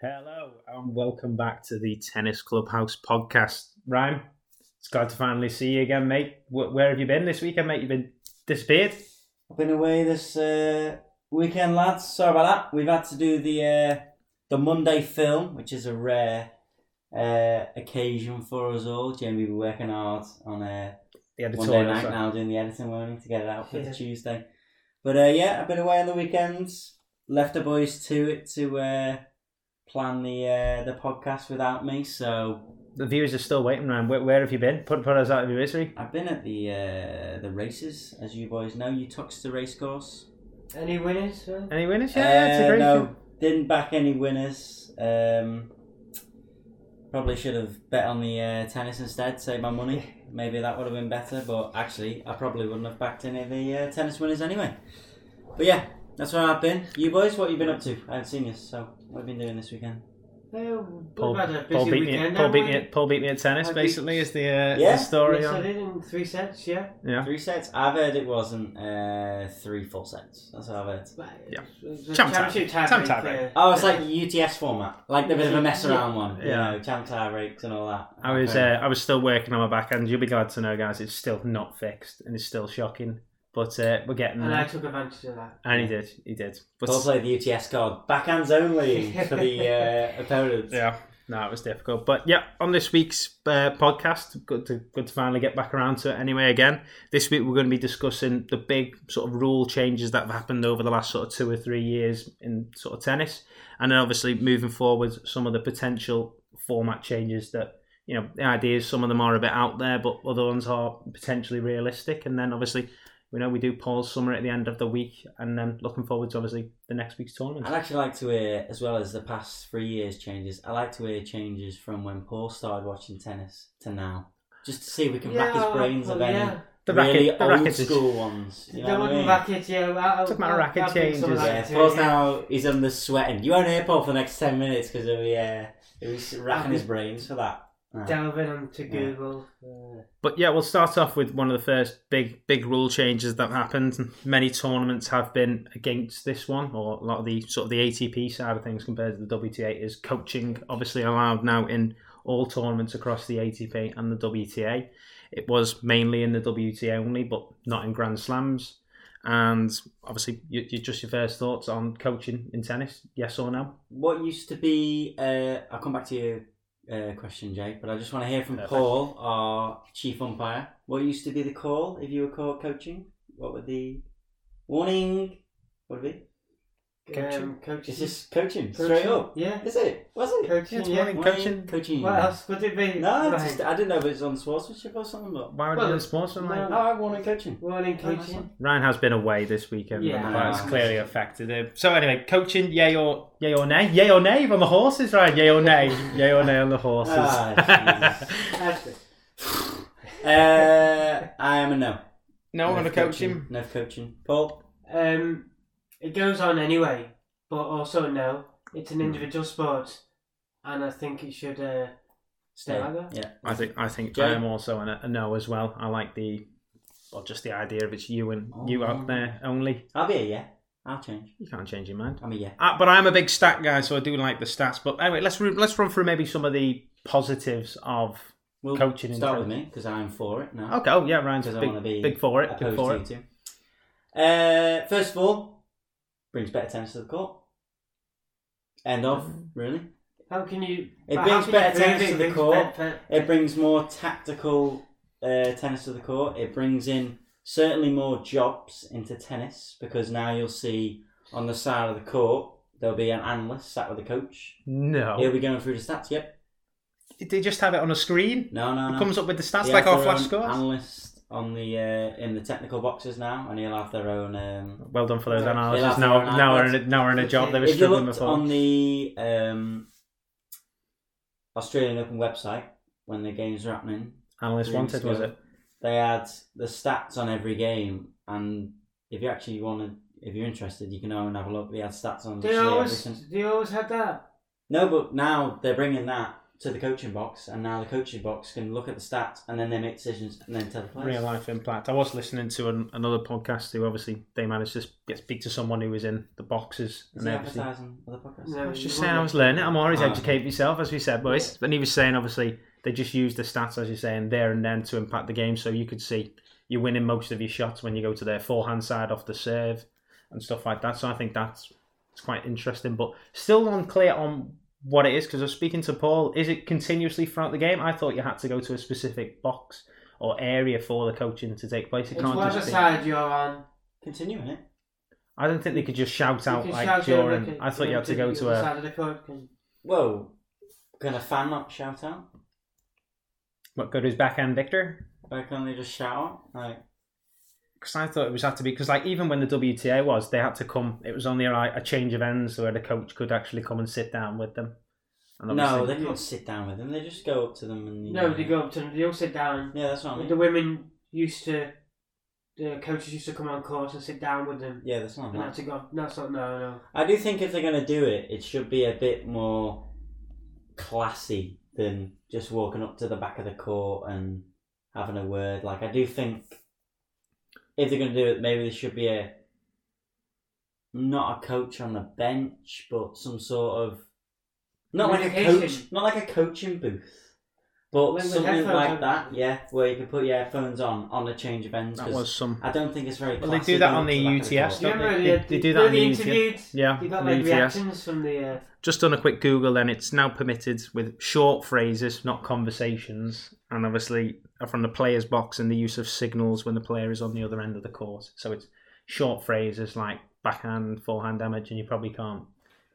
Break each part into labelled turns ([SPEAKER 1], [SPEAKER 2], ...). [SPEAKER 1] Hello and welcome back to the Tennis Clubhouse podcast. Ryan, it's glad to finally see you again, mate. Wh- Where have you been this weekend, mate? You've been disappeared.
[SPEAKER 2] I've been away this uh, weekend, lads. Sorry about that. We've had to do the uh, the Monday film, which is a rare uh, occasion for us all. Jamie, we're working hard on uh,
[SPEAKER 1] The
[SPEAKER 2] Monday
[SPEAKER 1] editorial.
[SPEAKER 2] night
[SPEAKER 1] side.
[SPEAKER 2] now, doing the editing, weren't we, to get it out for
[SPEAKER 1] Yeah.
[SPEAKER 2] the Tuesday. But uh, yeah, I've been away on the weekends. Left the boys to it to uh, plan the uh, the podcast without me. So
[SPEAKER 1] The viewers are still waiting, Ryan. Where, where have you been? Put, put us out of your misery.
[SPEAKER 2] I've been at the uh, the races, as you boys know. You touched the race course.
[SPEAKER 3] Any winners? Uh,
[SPEAKER 1] Any winners? Yeah, yeah it's a
[SPEAKER 2] Uh,
[SPEAKER 1] great
[SPEAKER 2] no, didn't back any winners. Um, probably should have bet on the uh, tennis instead, save my money. Maybe that would have been better, but actually, I probably wouldn't have backed any of the uh, tennis winners anyway. But yeah, that's where I've been. You boys, what you been up to? I haven't seen you, so what have you been doing this weekend?
[SPEAKER 3] well,
[SPEAKER 1] Paul,
[SPEAKER 3] we've had a busy
[SPEAKER 1] Paul beat me.
[SPEAKER 3] weekend.
[SPEAKER 1] Paul
[SPEAKER 3] haven't
[SPEAKER 1] beat
[SPEAKER 3] we?
[SPEAKER 1] me. at- Paul beat me at tennis.
[SPEAKER 3] I beat-
[SPEAKER 1] basically, is the, uh,
[SPEAKER 2] Yeah.
[SPEAKER 1] the story
[SPEAKER 3] Yes, I
[SPEAKER 1] on.
[SPEAKER 3] did in three sets, yeah.
[SPEAKER 1] Yeah.
[SPEAKER 2] Three sets? I've heard it wasn't uh, three full sets. That's what I've heard.
[SPEAKER 3] But
[SPEAKER 1] Yeah.
[SPEAKER 3] it was a
[SPEAKER 1] Champ
[SPEAKER 3] championship
[SPEAKER 1] tie.
[SPEAKER 3] tie
[SPEAKER 1] Champ
[SPEAKER 3] break,
[SPEAKER 1] tie break.
[SPEAKER 3] uh,
[SPEAKER 2] Oh, it's like UTS format, like the bit of a mess around one. You
[SPEAKER 1] Yeah.
[SPEAKER 2] know, champ tie breaks and all that.
[SPEAKER 1] I was
[SPEAKER 2] Okay.
[SPEAKER 1] uh, I was still working on my back end. You'll be glad to know, guys. It's still not fixed and it's still shocking. But uh, we're getting
[SPEAKER 3] And I
[SPEAKER 1] there.
[SPEAKER 3] took advantage of that.
[SPEAKER 1] And he did. He did. But
[SPEAKER 2] Don't play the UTS card. Backhands only for the uh, opponents.
[SPEAKER 1] Yeah, no, it was difficult. But yeah, on this week's uh, podcast, good to good to finally get back around to it. Anyway, again, this week we're going to be discussing the big sort of rule changes that have happened over the last sort of two or three years in sort of tennis, and then obviously moving forward, some of the potential format changes that. You know, the ideas, some of them are a bit out there, but other ones are potentially realistic. And then obviously, we know we do Paul's summer at the end of the week, and then looking forward to obviously the next week's tournament.
[SPEAKER 2] I'd actually like to hear, as well as the past three years changes, I like to hear changes from when Paul started watching tennis to now, just to see if we can rack his brains of
[SPEAKER 3] well,
[SPEAKER 2] any
[SPEAKER 3] yeah.
[SPEAKER 1] The
[SPEAKER 2] really
[SPEAKER 1] racket- the
[SPEAKER 2] old
[SPEAKER 1] racket is-
[SPEAKER 2] school ones. You know
[SPEAKER 3] the
[SPEAKER 2] what I
[SPEAKER 3] wooden
[SPEAKER 2] mean?
[SPEAKER 3] racket, yeah. I, I,
[SPEAKER 1] Took my
[SPEAKER 3] I,
[SPEAKER 1] racket
[SPEAKER 3] I picked some
[SPEAKER 1] changes.
[SPEAKER 3] of
[SPEAKER 2] yeah,
[SPEAKER 3] that too,
[SPEAKER 2] Paul's
[SPEAKER 3] yeah.
[SPEAKER 2] now he's under sweating. You won't hear Paul for the next ten minutes because he'll be uh, he'll be racking his brains for that. Nah.
[SPEAKER 3] Delving onto
[SPEAKER 2] Yeah.
[SPEAKER 3] Google. Uh,
[SPEAKER 1] But yeah, we'll start off with one of the first big big rule changes that happened. Many tournaments have been against this one, or a lot of the sort of the ATP side of things compared to the WTA is coaching obviously allowed now in all tournaments across the ATP and the WTA. It was mainly in the WTA only, but not in Grand Slams. And obviously, you, you just your first thoughts on coaching in tennis, yes or no?
[SPEAKER 2] What used to be, uh, I'll come back to your uh, question, Jake, but I just want to hear from
[SPEAKER 1] Perfect.
[SPEAKER 2] Paul, our chief umpire. What used to be the call if you were call coaching? What would the warning? What would it Coaching.
[SPEAKER 3] Um,
[SPEAKER 2] be?
[SPEAKER 3] coaching.
[SPEAKER 2] Is this coaching
[SPEAKER 3] coaching.
[SPEAKER 2] straight up?
[SPEAKER 3] Yeah.
[SPEAKER 2] Is it? Was it?
[SPEAKER 3] Coaching,
[SPEAKER 1] It's
[SPEAKER 3] yeah.
[SPEAKER 1] warning. Coaching.
[SPEAKER 2] Coaching.
[SPEAKER 3] What else would it be?
[SPEAKER 2] No, it's
[SPEAKER 3] Right.
[SPEAKER 2] just, I didn't know if it was on sportsmanship or something, but
[SPEAKER 1] Why would
[SPEAKER 3] Well,
[SPEAKER 1] you respond to
[SPEAKER 2] no, I warning coaching.
[SPEAKER 3] Warning
[SPEAKER 2] Oh, nice
[SPEAKER 3] coaching.
[SPEAKER 2] one.
[SPEAKER 1] Ryan has been away this weekend.
[SPEAKER 3] Yeah.
[SPEAKER 1] and that's clearly affected him. So anyway, coaching, yay or yay or nay, yay or nay on the horses, Ryan, yay or nay, yay or nay on the horses.
[SPEAKER 2] Ah,
[SPEAKER 3] That's it.
[SPEAKER 2] Uh, I am a no.
[SPEAKER 1] no, I'm gonna
[SPEAKER 2] Enough
[SPEAKER 1] coach him.
[SPEAKER 2] No coaching. Paul.
[SPEAKER 3] Um, it goes on anyway, but also no. It's
[SPEAKER 1] Hmm.
[SPEAKER 3] an individual sport, and I think it should uh, stay like that.
[SPEAKER 2] Yeah.
[SPEAKER 1] I think I think
[SPEAKER 2] Jay?
[SPEAKER 1] I am also a, a no as well. I like the well, just the idea of it's you and you
[SPEAKER 2] Oh.
[SPEAKER 1] out there only.
[SPEAKER 2] I'll be a yeah. I'll change.
[SPEAKER 1] You can't change your mind.
[SPEAKER 2] I'm a yeah.
[SPEAKER 1] Uh, but I am a big stat guy, so I do like the stats. But anyway, let's ru- let's run through maybe some of the positives of.
[SPEAKER 2] Well,
[SPEAKER 1] Coaching in
[SPEAKER 2] Start with
[SPEAKER 1] tennis.
[SPEAKER 2] me because I'm for it now.
[SPEAKER 1] Okay, oh yeah, Ryan's
[SPEAKER 2] Because I
[SPEAKER 1] big,
[SPEAKER 2] wanna be
[SPEAKER 1] big for it, big
[SPEAKER 2] opposed
[SPEAKER 1] for
[SPEAKER 2] to
[SPEAKER 1] it.
[SPEAKER 2] you two. Uh, first of all, brings better tennis to the court. End of really.
[SPEAKER 3] How can you?
[SPEAKER 2] It
[SPEAKER 3] how
[SPEAKER 2] brings
[SPEAKER 3] can you
[SPEAKER 2] better
[SPEAKER 3] prove
[SPEAKER 2] tennis
[SPEAKER 3] it
[SPEAKER 2] to the
[SPEAKER 3] brings
[SPEAKER 2] core.
[SPEAKER 3] better-
[SPEAKER 2] It brings more tactical uh, tennis to the court. It brings in certainly more jobs into tennis because now you'll see on the side of the court there'll be an analyst sat with the coach. He'll
[SPEAKER 1] No,
[SPEAKER 2] be going through the stats. Yep.
[SPEAKER 1] they just have it on a screen.
[SPEAKER 2] No, no,
[SPEAKER 1] It
[SPEAKER 2] no.
[SPEAKER 1] comes up with the stats
[SPEAKER 2] He'll
[SPEAKER 1] like
[SPEAKER 2] have
[SPEAKER 1] our
[SPEAKER 2] their
[SPEAKER 1] flash
[SPEAKER 2] own
[SPEAKER 1] scores.
[SPEAKER 2] Analyst on the uh, in the technical boxes now, and he'll have their own. Um,
[SPEAKER 1] Well done for those
[SPEAKER 3] Yeah.
[SPEAKER 1] analysis.
[SPEAKER 2] Last
[SPEAKER 1] Now,
[SPEAKER 2] hour and
[SPEAKER 1] now
[SPEAKER 2] hour.
[SPEAKER 1] we're in a, now we're in a job they were
[SPEAKER 2] if you
[SPEAKER 1] struggling
[SPEAKER 2] looked
[SPEAKER 1] before.
[SPEAKER 2] on the um, Australian Open website when the games were happening,
[SPEAKER 1] Analyst
[SPEAKER 2] three
[SPEAKER 1] wanted,
[SPEAKER 2] weeks
[SPEAKER 1] was
[SPEAKER 2] ago,
[SPEAKER 1] it?
[SPEAKER 2] They had the stats on every game, and if you actually want to, if you're interested, you can go and have a look. They had stats on
[SPEAKER 3] They
[SPEAKER 2] literally
[SPEAKER 3] always,
[SPEAKER 2] everything.
[SPEAKER 3] they always had that.
[SPEAKER 2] No, but now they're bringing that to the coaching box, and now the coaching box can look at the stats and then they make decisions and then tell the players.
[SPEAKER 1] real life impact. I was listening to an, another podcast who obviously they managed to get speak to someone who was in the boxes.
[SPEAKER 2] Is
[SPEAKER 1] and
[SPEAKER 2] it
[SPEAKER 1] they obviously,
[SPEAKER 2] advertising for the podcast?
[SPEAKER 3] No,
[SPEAKER 1] I was
[SPEAKER 3] you
[SPEAKER 1] just
[SPEAKER 3] won't
[SPEAKER 1] saying I
[SPEAKER 3] get-
[SPEAKER 1] was learning. I'm always
[SPEAKER 2] Ah.
[SPEAKER 1] educating myself, as we said, boys. And he was saying obviously they just use the stats as you're saying there and then to impact the game, so you could see you're winning most of your shots when you go to their forehand side off the serve and stuff like that. So I think that's it's quite interesting, but still unclear on what it is because I was speaking to Paul. Is it continuously throughout the game? I thought you had to go to a specific box or area for the coaching to take place. It
[SPEAKER 3] It's
[SPEAKER 1] can't
[SPEAKER 3] whatever
[SPEAKER 1] just be.
[SPEAKER 3] side you're on.
[SPEAKER 2] Continuing it.
[SPEAKER 1] I don't think they could just shout
[SPEAKER 3] You
[SPEAKER 1] out
[SPEAKER 3] can
[SPEAKER 1] like
[SPEAKER 3] shout over
[SPEAKER 1] during.
[SPEAKER 3] it,
[SPEAKER 1] I thought you had to go
[SPEAKER 3] the
[SPEAKER 1] to
[SPEAKER 3] other
[SPEAKER 1] a
[SPEAKER 3] side of the court can-
[SPEAKER 2] Whoa. Can a fan not shout out?
[SPEAKER 1] what go to his backhand Victor
[SPEAKER 2] Why can't they just shout out? Like,
[SPEAKER 1] because I thought it was had to be because like even when the WTA was they had to come. It was only like a change of ends where the coach could actually come and sit down with them. And
[SPEAKER 2] no,
[SPEAKER 1] obviously-
[SPEAKER 2] they can't sit down with them. They just go up to them and. you
[SPEAKER 3] No,
[SPEAKER 2] know,
[SPEAKER 3] they go up to them. They all sit down.
[SPEAKER 2] Yeah, that's what I mean.
[SPEAKER 3] The women used to, the coaches used to come on course and sit down with them.
[SPEAKER 2] Yeah, that's not
[SPEAKER 3] And had
[SPEAKER 2] nice.
[SPEAKER 3] to go. That's not no no.
[SPEAKER 2] I do think if they're going to do it, it should be a bit more classy than just walking up to the back of the court and having a word. Like, I do think if they're going to do it, maybe there should be a not a coach on the bench, but some sort of not like a
[SPEAKER 3] Communication.
[SPEAKER 2] coach, not like a coaching booth, but
[SPEAKER 3] With- with
[SPEAKER 2] something
[SPEAKER 3] headphones
[SPEAKER 2] like
[SPEAKER 3] on.
[SPEAKER 2] that. Yeah, where you can put your headphones on on a change of ends.
[SPEAKER 1] that
[SPEAKER 2] 'cause
[SPEAKER 1] was some.
[SPEAKER 2] I don't think it's very.
[SPEAKER 1] Well, they
[SPEAKER 2] classy
[SPEAKER 1] do that
[SPEAKER 2] going
[SPEAKER 1] on
[SPEAKER 2] up to
[SPEAKER 1] the
[SPEAKER 2] back of the
[SPEAKER 1] UTS, don't
[SPEAKER 2] court.
[SPEAKER 3] Do you remember
[SPEAKER 1] they-
[SPEAKER 3] the-
[SPEAKER 1] they- they do that on
[SPEAKER 3] they
[SPEAKER 1] the UTV.
[SPEAKER 3] interviewed?
[SPEAKER 1] Yeah,
[SPEAKER 3] They got
[SPEAKER 1] on
[SPEAKER 3] like
[SPEAKER 1] the UTS.
[SPEAKER 3] reactions from the. Uh,
[SPEAKER 1] Just done a quick Google, and it's now permitted with short phrases, not conversations, and obviously uh, from the players' box and the use of signals when the player is on the other end of the court. So it's short phrases like backhand, forehand damage, and you probably can't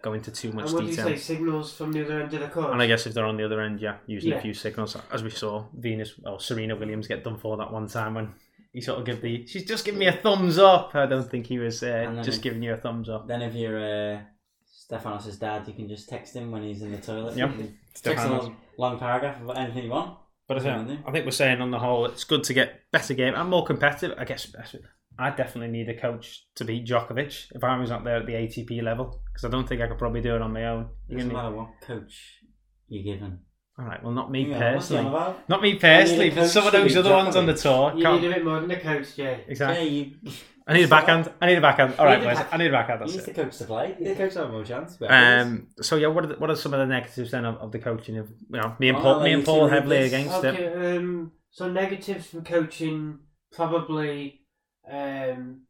[SPEAKER 1] go into too much
[SPEAKER 3] and what do you
[SPEAKER 1] detail.
[SPEAKER 3] say? Signals from the other end of the court.
[SPEAKER 1] And I guess if they're on the other end, yeah, using a
[SPEAKER 3] Yeah.
[SPEAKER 1] few signals, as we saw Venus or Serena Williams get done for that one time when he sort of gave the she's just giving me a thumbs up. I don't think he was uh,
[SPEAKER 2] then
[SPEAKER 1] just
[SPEAKER 2] he-
[SPEAKER 1] giving you a thumbs up.
[SPEAKER 2] Then if you're uh, Stefanos' dad, you can just text him when he's in the toilet.
[SPEAKER 1] Yep.
[SPEAKER 2] You can Text him a
[SPEAKER 1] Stefanos.
[SPEAKER 2] long, long paragraph about anything you want.
[SPEAKER 1] But I think,
[SPEAKER 2] Definitely.
[SPEAKER 1] I think we're saying on the whole, it's good to get better game and more competitive. I guess that's- I definitely need a coach to beat Djokovic if I was up there at the ATP level because I don't think I could probably do it on my own. You're
[SPEAKER 2] doesn't
[SPEAKER 1] gonna-
[SPEAKER 2] matter what coach you're given.
[SPEAKER 1] All right, well, not me
[SPEAKER 2] Hang on, what's he on
[SPEAKER 1] personally.
[SPEAKER 2] about?
[SPEAKER 1] Not me personally,
[SPEAKER 2] a
[SPEAKER 1] but
[SPEAKER 2] coach
[SPEAKER 1] some of
[SPEAKER 2] to
[SPEAKER 1] those
[SPEAKER 2] beat
[SPEAKER 1] other ones on the
[SPEAKER 2] Djokovic.
[SPEAKER 1] tour.
[SPEAKER 3] you
[SPEAKER 1] can't-
[SPEAKER 3] need a bit more than a coach, Jay.
[SPEAKER 1] Exactly.
[SPEAKER 2] Yeah, you,
[SPEAKER 1] I need a backhand. I need a backhand. All
[SPEAKER 2] You
[SPEAKER 1] right,
[SPEAKER 2] need a
[SPEAKER 1] boys.
[SPEAKER 2] back-
[SPEAKER 1] I need a backhand.
[SPEAKER 2] you
[SPEAKER 1] That's
[SPEAKER 2] need
[SPEAKER 1] it.
[SPEAKER 2] the coach to play. You need the coach to have more chance. but-
[SPEAKER 1] Um, so yeah, what are the, what are some of the negatives then of, of the coaching? Of you know, me and
[SPEAKER 2] Oh,
[SPEAKER 1] Paul, me
[SPEAKER 2] you
[SPEAKER 1] and
[SPEAKER 2] two
[SPEAKER 1] Paul
[SPEAKER 2] read
[SPEAKER 1] heavily
[SPEAKER 2] this.
[SPEAKER 1] against it.
[SPEAKER 3] Okay, um, so negatives from coaching probably um,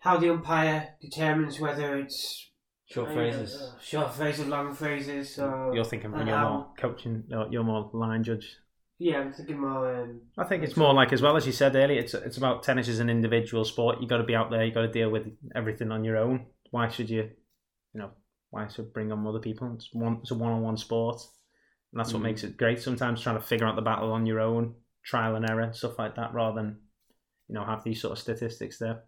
[SPEAKER 3] how the umpire determines whether it's
[SPEAKER 2] Short phrases.
[SPEAKER 3] uh, short phrases, long phrases. Or,
[SPEAKER 1] You're thinking when
[SPEAKER 3] and
[SPEAKER 1] you're
[SPEAKER 3] how-
[SPEAKER 1] more coaching, no, you're more line judge.
[SPEAKER 3] Yeah, I'm thinking more. Um,
[SPEAKER 1] I think it's more like as well as you said earlier. It's it's about tennis as an individual sport. You got to be out there. You got to deal with everything on your own. Why should you, you know, why should bring on other people? It's one it's a one on one sport, and that's what
[SPEAKER 2] Mm.
[SPEAKER 1] makes it great. Sometimes trying to figure out the battle on your own, trial and error, stuff like that, rather than you know have these sort of statistics there.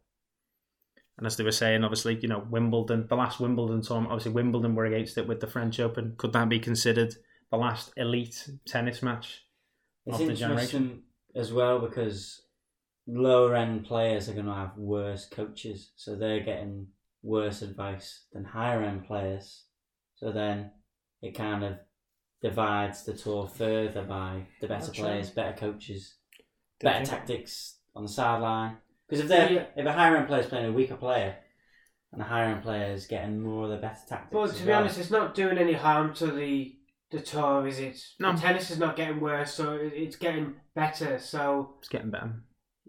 [SPEAKER 1] And as they were saying, obviously, you know, Wimbledon, the last Wimbledon tournament, obviously Wimbledon were against it with the French Open. Could that be considered the last elite tennis match?
[SPEAKER 2] It's
[SPEAKER 1] of the
[SPEAKER 2] interesting
[SPEAKER 1] generation.
[SPEAKER 2] as well because lower end players are going to have worse coaches, so they're getting worse advice than higher end players. So then it kind of divides the tour further by the better
[SPEAKER 1] That's
[SPEAKER 2] players, better coaches,
[SPEAKER 1] Don't
[SPEAKER 2] better
[SPEAKER 1] you?
[SPEAKER 2] tactics on the sideline. Because if they're
[SPEAKER 3] Yeah.
[SPEAKER 2] if a higher end player is playing a weaker player, and the higher end player is getting more of the better tactics.
[SPEAKER 3] but
[SPEAKER 2] as
[SPEAKER 3] to be
[SPEAKER 2] well.
[SPEAKER 3] honest, it's not doing any harm to the the tour, is it?
[SPEAKER 1] No.
[SPEAKER 3] The tennis is not getting worse, so it, it's getting better. So
[SPEAKER 1] It's getting better.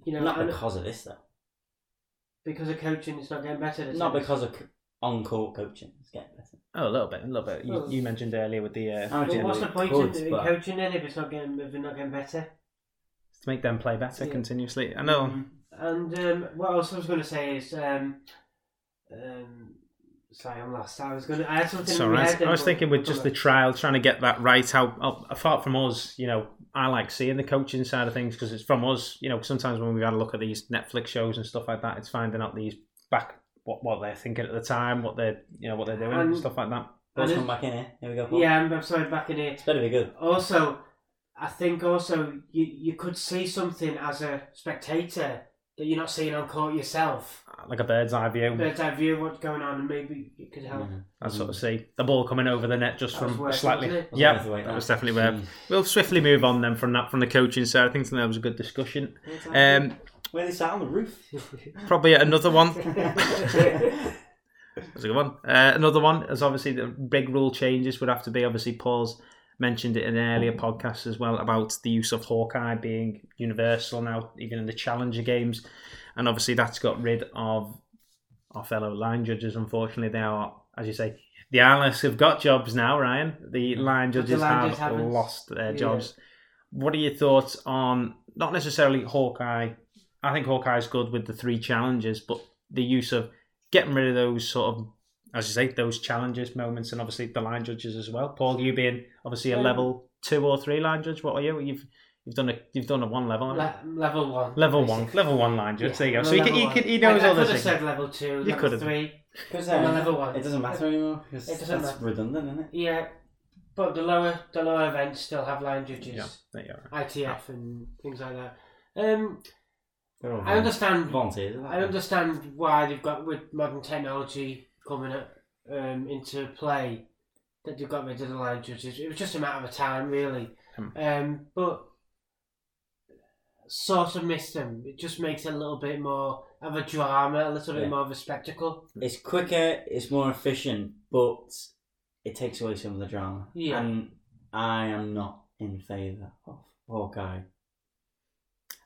[SPEAKER 3] you know,
[SPEAKER 2] not
[SPEAKER 3] and
[SPEAKER 2] because of this though.
[SPEAKER 3] because of coaching, it's not getting better. the
[SPEAKER 2] Not
[SPEAKER 3] tennis.
[SPEAKER 2] because of on court coaching. It's getting better.
[SPEAKER 1] Oh, a little bit, a little bit. You,
[SPEAKER 3] Oh.
[SPEAKER 1] you mentioned earlier with the uh,
[SPEAKER 2] Oh,
[SPEAKER 3] But
[SPEAKER 2] yeah,
[SPEAKER 3] what's
[SPEAKER 2] we
[SPEAKER 3] the point
[SPEAKER 2] could,
[SPEAKER 3] in, in
[SPEAKER 2] but-
[SPEAKER 3] coaching then if it's not getting if they're not getting better?
[SPEAKER 1] to make them play better
[SPEAKER 3] Yeah. Mm-hmm.
[SPEAKER 1] continuously. I know.
[SPEAKER 3] And um, what else I was going to say is, um, um, sorry, I'm lost. I was going to. I had something.
[SPEAKER 1] It's
[SPEAKER 3] in
[SPEAKER 1] all
[SPEAKER 3] my
[SPEAKER 1] right.
[SPEAKER 3] head then,
[SPEAKER 1] I was
[SPEAKER 3] but-
[SPEAKER 1] thinking with just the trial, trying to get that right. How uh, apart from us, you know, I like seeing the coaching side of things because it's from us. You know, sometimes when we've had a look at these Netflix shows and stuff like that, it's finding out these back what what they're thinking at the time, what they're you know what they're doing and
[SPEAKER 3] And-
[SPEAKER 1] stuff like that.
[SPEAKER 2] Let's
[SPEAKER 3] And
[SPEAKER 2] come back in here. Here we go. Paul.
[SPEAKER 3] Yeah, I'm, I'm sorry. Back in here.
[SPEAKER 2] It's better be good.
[SPEAKER 3] Also, I think also you you could see something as a spectator that you're not seeing on court yourself.
[SPEAKER 1] like a bird's eye view.
[SPEAKER 3] Bird's eye view of what's going on, and maybe it could help.
[SPEAKER 2] Yeah.
[SPEAKER 1] I sort of see the ball coming over the net just
[SPEAKER 3] That was
[SPEAKER 1] from
[SPEAKER 3] worth it,
[SPEAKER 1] slightly.
[SPEAKER 3] wasn't it?
[SPEAKER 2] Wasn't
[SPEAKER 1] Yeah,
[SPEAKER 2] worth the wait, Hmm.
[SPEAKER 1] that
[SPEAKER 2] that.
[SPEAKER 1] was definitely where.
[SPEAKER 2] Jeez.
[SPEAKER 1] We'll swiftly move on then from that from the coaching side. I think that was a good discussion. Um,
[SPEAKER 2] Where they sat on the roof.
[SPEAKER 1] probably another one.
[SPEAKER 2] yeah,
[SPEAKER 1] That's a good one. Uh, another one is obviously the big rule changes would have to be obviously Paul's mentioned it in an earlier podcast as well about the use of Hawkeye being universal now, even in the Challenger games, and obviously that's got rid of our fellow line judges. Unfortunately, they are, as you say, the analysts have got jobs now. Ryan, the line
[SPEAKER 3] But the
[SPEAKER 1] judges
[SPEAKER 3] line
[SPEAKER 1] have
[SPEAKER 3] judges haven't.
[SPEAKER 1] lost their
[SPEAKER 3] Yeah.
[SPEAKER 1] jobs. What are your thoughts on not necessarily Hawkeye? I think Hawkeye's good with the three challenges, but the use of getting rid of those sort of, as you say, those challenges moments, and obviously the line judges as well. Paul, you being obviously a
[SPEAKER 3] Um,
[SPEAKER 1] level two or three line judge, what are you? You've you've done a you've done a one level. haven't you?
[SPEAKER 3] Le- level one.
[SPEAKER 1] Um, Level one,
[SPEAKER 3] basically.
[SPEAKER 1] level one line judge. There you
[SPEAKER 3] I'm
[SPEAKER 1] go.
[SPEAKER 3] a
[SPEAKER 1] So he, can,
[SPEAKER 3] level
[SPEAKER 1] he,
[SPEAKER 3] one.
[SPEAKER 1] can, he knows
[SPEAKER 3] I, I
[SPEAKER 1] all
[SPEAKER 3] could
[SPEAKER 1] the
[SPEAKER 3] have
[SPEAKER 1] things.
[SPEAKER 3] said level two, level
[SPEAKER 1] could've.
[SPEAKER 3] three.
[SPEAKER 2] another
[SPEAKER 3] Another
[SPEAKER 2] one.
[SPEAKER 3] one.
[SPEAKER 2] um, It doesn't matter anymore. Cause
[SPEAKER 3] It doesn't
[SPEAKER 2] that's
[SPEAKER 3] matter.
[SPEAKER 2] redundant, isn't it?
[SPEAKER 3] Yeah, but the lower the lower events still have line judges,
[SPEAKER 1] Yeah, there you are.
[SPEAKER 3] ITF and things like that. Um,
[SPEAKER 2] They're all
[SPEAKER 3] I
[SPEAKER 1] Um,
[SPEAKER 3] understand.
[SPEAKER 2] volunteers. aren't
[SPEAKER 3] I
[SPEAKER 2] they?
[SPEAKER 3] understand why they've got with modern technology coming up, um, into play that they've got rid of the line judges. It was just a matter of time, really.
[SPEAKER 1] Hmm.
[SPEAKER 3] Um, but sort of miss them. It just makes it a little bit more of a drama, a little
[SPEAKER 2] Yeah.
[SPEAKER 3] bit more of a spectacle.
[SPEAKER 2] It's quicker, it's more efficient, but it takes away some of the drama.
[SPEAKER 3] Yeah.
[SPEAKER 2] And I am not in favour of Hawkeye.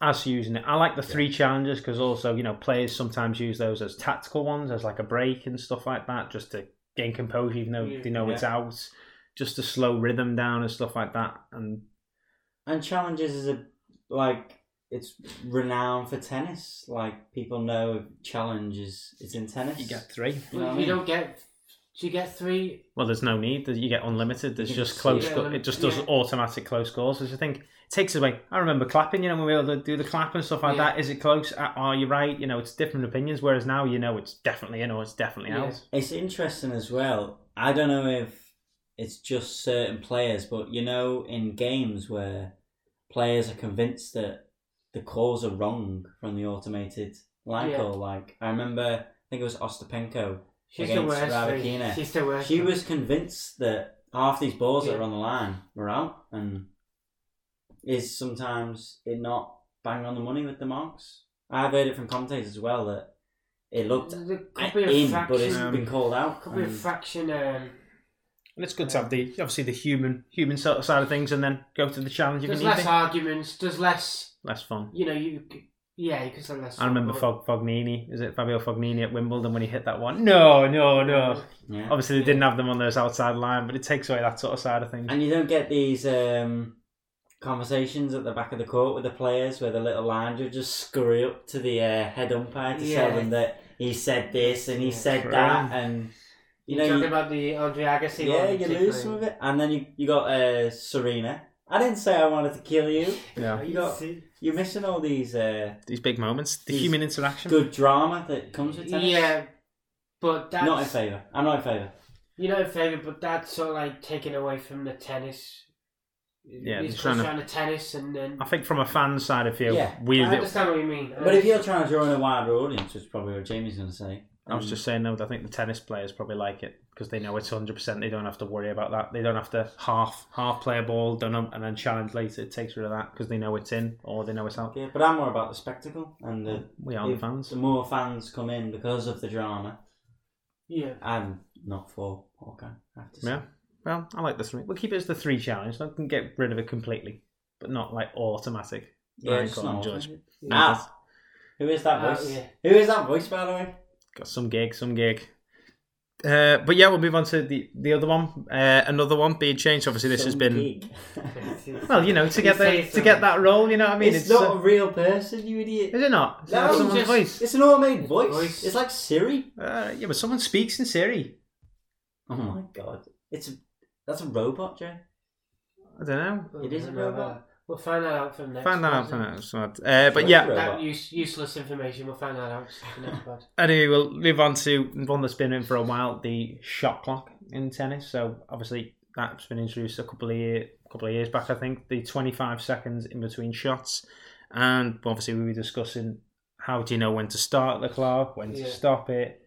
[SPEAKER 1] Us using it. I like the three challenges because also you know players sometimes use those as tactical ones, as like a break and stuff like that, just to gain composure, even though
[SPEAKER 3] Yeah.
[SPEAKER 1] they know it's out, just to slow rhythm down and stuff like that. And
[SPEAKER 2] And challenges is a like it's renowned for tennis. Like people know challenges. It's in tennis.
[SPEAKER 1] you get three.
[SPEAKER 2] You know what I
[SPEAKER 3] you
[SPEAKER 2] mean?
[SPEAKER 3] don't get. Do you get three
[SPEAKER 1] Well, there's no need. You get unlimited. There's
[SPEAKER 2] You
[SPEAKER 1] just
[SPEAKER 2] just-
[SPEAKER 1] close.
[SPEAKER 3] yeah,
[SPEAKER 1] sco- it
[SPEAKER 3] limit-
[SPEAKER 1] just does
[SPEAKER 3] yeah.
[SPEAKER 1] automatic close scores. Which I think takes away. I remember clapping. You know, when we were able to do the clap and stuff like
[SPEAKER 3] Yeah.
[SPEAKER 1] that. Is it close? Uh, Are you right? You know, it's different opinions. Whereas now, you know, it's definitely in or it's definitely
[SPEAKER 3] Yeah.
[SPEAKER 1] out.
[SPEAKER 2] It's interesting as well. I don't know if it's just certain players, but you know, in games where players are convinced that the calls are wrong from the automated line
[SPEAKER 3] Yeah.
[SPEAKER 2] call. Like I remember, I think it was Ostapenko.
[SPEAKER 3] She's the
[SPEAKER 2] against
[SPEAKER 3] worst.
[SPEAKER 2] Ravikina.
[SPEAKER 3] though. She's the worst.
[SPEAKER 2] She was convinced that half these balls that
[SPEAKER 3] Yeah.
[SPEAKER 2] are on the line were out, and is sometimes it not bang on the money with the marks. I've heard it from commentators as well that it looked
[SPEAKER 3] There could be a
[SPEAKER 2] in, but it's
[SPEAKER 3] fraction.
[SPEAKER 1] um,
[SPEAKER 2] been called out.
[SPEAKER 3] Could be a
[SPEAKER 2] and-
[SPEAKER 3] fraction. Um,
[SPEAKER 1] And it's good to have the obviously the human human sort of side of things, and then go to the challenge if you
[SPEAKER 3] there's
[SPEAKER 1] need
[SPEAKER 3] less
[SPEAKER 1] it.
[SPEAKER 3] arguments. There's less.
[SPEAKER 1] Less fun.
[SPEAKER 3] You know. You. c- Yeah. You could say less.
[SPEAKER 1] I remember
[SPEAKER 3] football.
[SPEAKER 1] Fog Fognini. Is it Fabio Fognini at Wimbledon when he hit that one? No, no, no.
[SPEAKER 2] Yeah.
[SPEAKER 1] Obviously, they didn't have them on those outside line, but it takes away that sort of side of things.
[SPEAKER 2] And you don't get these um, conversations at the back of the court with the players where the little line judge just scurry up to the uh, head umpire to
[SPEAKER 3] Yeah.
[SPEAKER 2] tell them that he said this and he
[SPEAKER 3] Yeah.
[SPEAKER 2] said
[SPEAKER 1] True.
[SPEAKER 2] that, and you
[SPEAKER 3] You're
[SPEAKER 2] know,
[SPEAKER 3] talking
[SPEAKER 2] you,
[SPEAKER 3] about the Andre Agassi.
[SPEAKER 2] yeah,
[SPEAKER 3] one
[SPEAKER 2] you lose some of it, and then you you got uh, Serena. I didn't say I wanted to kill you.
[SPEAKER 1] yeah,
[SPEAKER 2] You got you're missing all these uh,
[SPEAKER 1] these big moments, the
[SPEAKER 2] These
[SPEAKER 1] human interaction.
[SPEAKER 2] good drama that comes with tennis.
[SPEAKER 3] Yeah, but that's
[SPEAKER 2] not in favour. I'm not in favour.
[SPEAKER 3] you're not in favour, but that's sort of like taken away from the tennis.
[SPEAKER 1] Yeah,
[SPEAKER 3] he's
[SPEAKER 1] they're trying to-
[SPEAKER 3] trying to tennis, and then
[SPEAKER 1] I think from a fan side of view,
[SPEAKER 2] Yeah,
[SPEAKER 1] we.
[SPEAKER 3] I understand what you mean.
[SPEAKER 2] But if you're trying to draw in a wider audience, which is probably what Jamie's going to say.
[SPEAKER 1] I was just saying though, I think the tennis players probably like it because they know it's hundred percent. They don't have to worry about that. They don't have to half half play a ball, done them, and then challenge later. It takes rid of that because they know it's in or they know it's out.
[SPEAKER 2] Yeah, but I'm more about the spectacle and the
[SPEAKER 1] We are the
[SPEAKER 2] If
[SPEAKER 1] fans.
[SPEAKER 2] the more fans come in because of the drama,
[SPEAKER 3] yeah,
[SPEAKER 2] I'm not for Hawkeye. I have to say.
[SPEAKER 1] Yeah. Well, I like the three. We'll keep it as the three challenge. I can get rid of it completely, but not like automatic.
[SPEAKER 2] Yeah,
[SPEAKER 1] Ryan
[SPEAKER 2] it's
[SPEAKER 1] Colin
[SPEAKER 2] not
[SPEAKER 1] George.
[SPEAKER 2] Hawkeye.
[SPEAKER 1] No,
[SPEAKER 2] Ah,
[SPEAKER 1] that's-
[SPEAKER 2] who is that
[SPEAKER 3] Uh,
[SPEAKER 2] voice?
[SPEAKER 3] yeah.
[SPEAKER 2] Who is that voice, by the way?
[SPEAKER 1] got some gig, some gig. Uh, but yeah, we'll move on to the the other one. Uh, another one being changed. Obviously, this has
[SPEAKER 2] Some
[SPEAKER 1] been
[SPEAKER 2] geek.
[SPEAKER 1] well, you know, to get the,
[SPEAKER 3] say
[SPEAKER 1] to get that role. You know what I mean?
[SPEAKER 2] it's, not
[SPEAKER 1] uh,
[SPEAKER 2] a real person, you idiot.
[SPEAKER 1] Is it not? Is it
[SPEAKER 2] No,
[SPEAKER 1] not someone's
[SPEAKER 3] just-
[SPEAKER 1] voice?
[SPEAKER 2] It's an automated voice.
[SPEAKER 3] Voice.
[SPEAKER 2] It's like Siri.
[SPEAKER 1] Uh, yeah, but someone speaks in Siri.
[SPEAKER 2] Oh
[SPEAKER 1] Hmm.
[SPEAKER 2] my god, it's a that's a robot, Jay.
[SPEAKER 1] I don't know.
[SPEAKER 2] It is a robot.
[SPEAKER 3] We'll find that out from next.
[SPEAKER 1] Find that out
[SPEAKER 3] podcast.
[SPEAKER 1] for now. it's not- Uh, but
[SPEAKER 2] Sure.
[SPEAKER 1] yeah,
[SPEAKER 2] Robot.
[SPEAKER 3] That use, useless information. We'll find that out in the next pod.
[SPEAKER 1] anyway, we'll move on to one that's been in for a while, the shot clock in tennis. So obviously that's been introduced a couple of year, couple of years back, I think. The twenty five seconds in between shots, and obviously we were discussing How do you know when to start the clock, when
[SPEAKER 3] Yeah.
[SPEAKER 1] to stop it?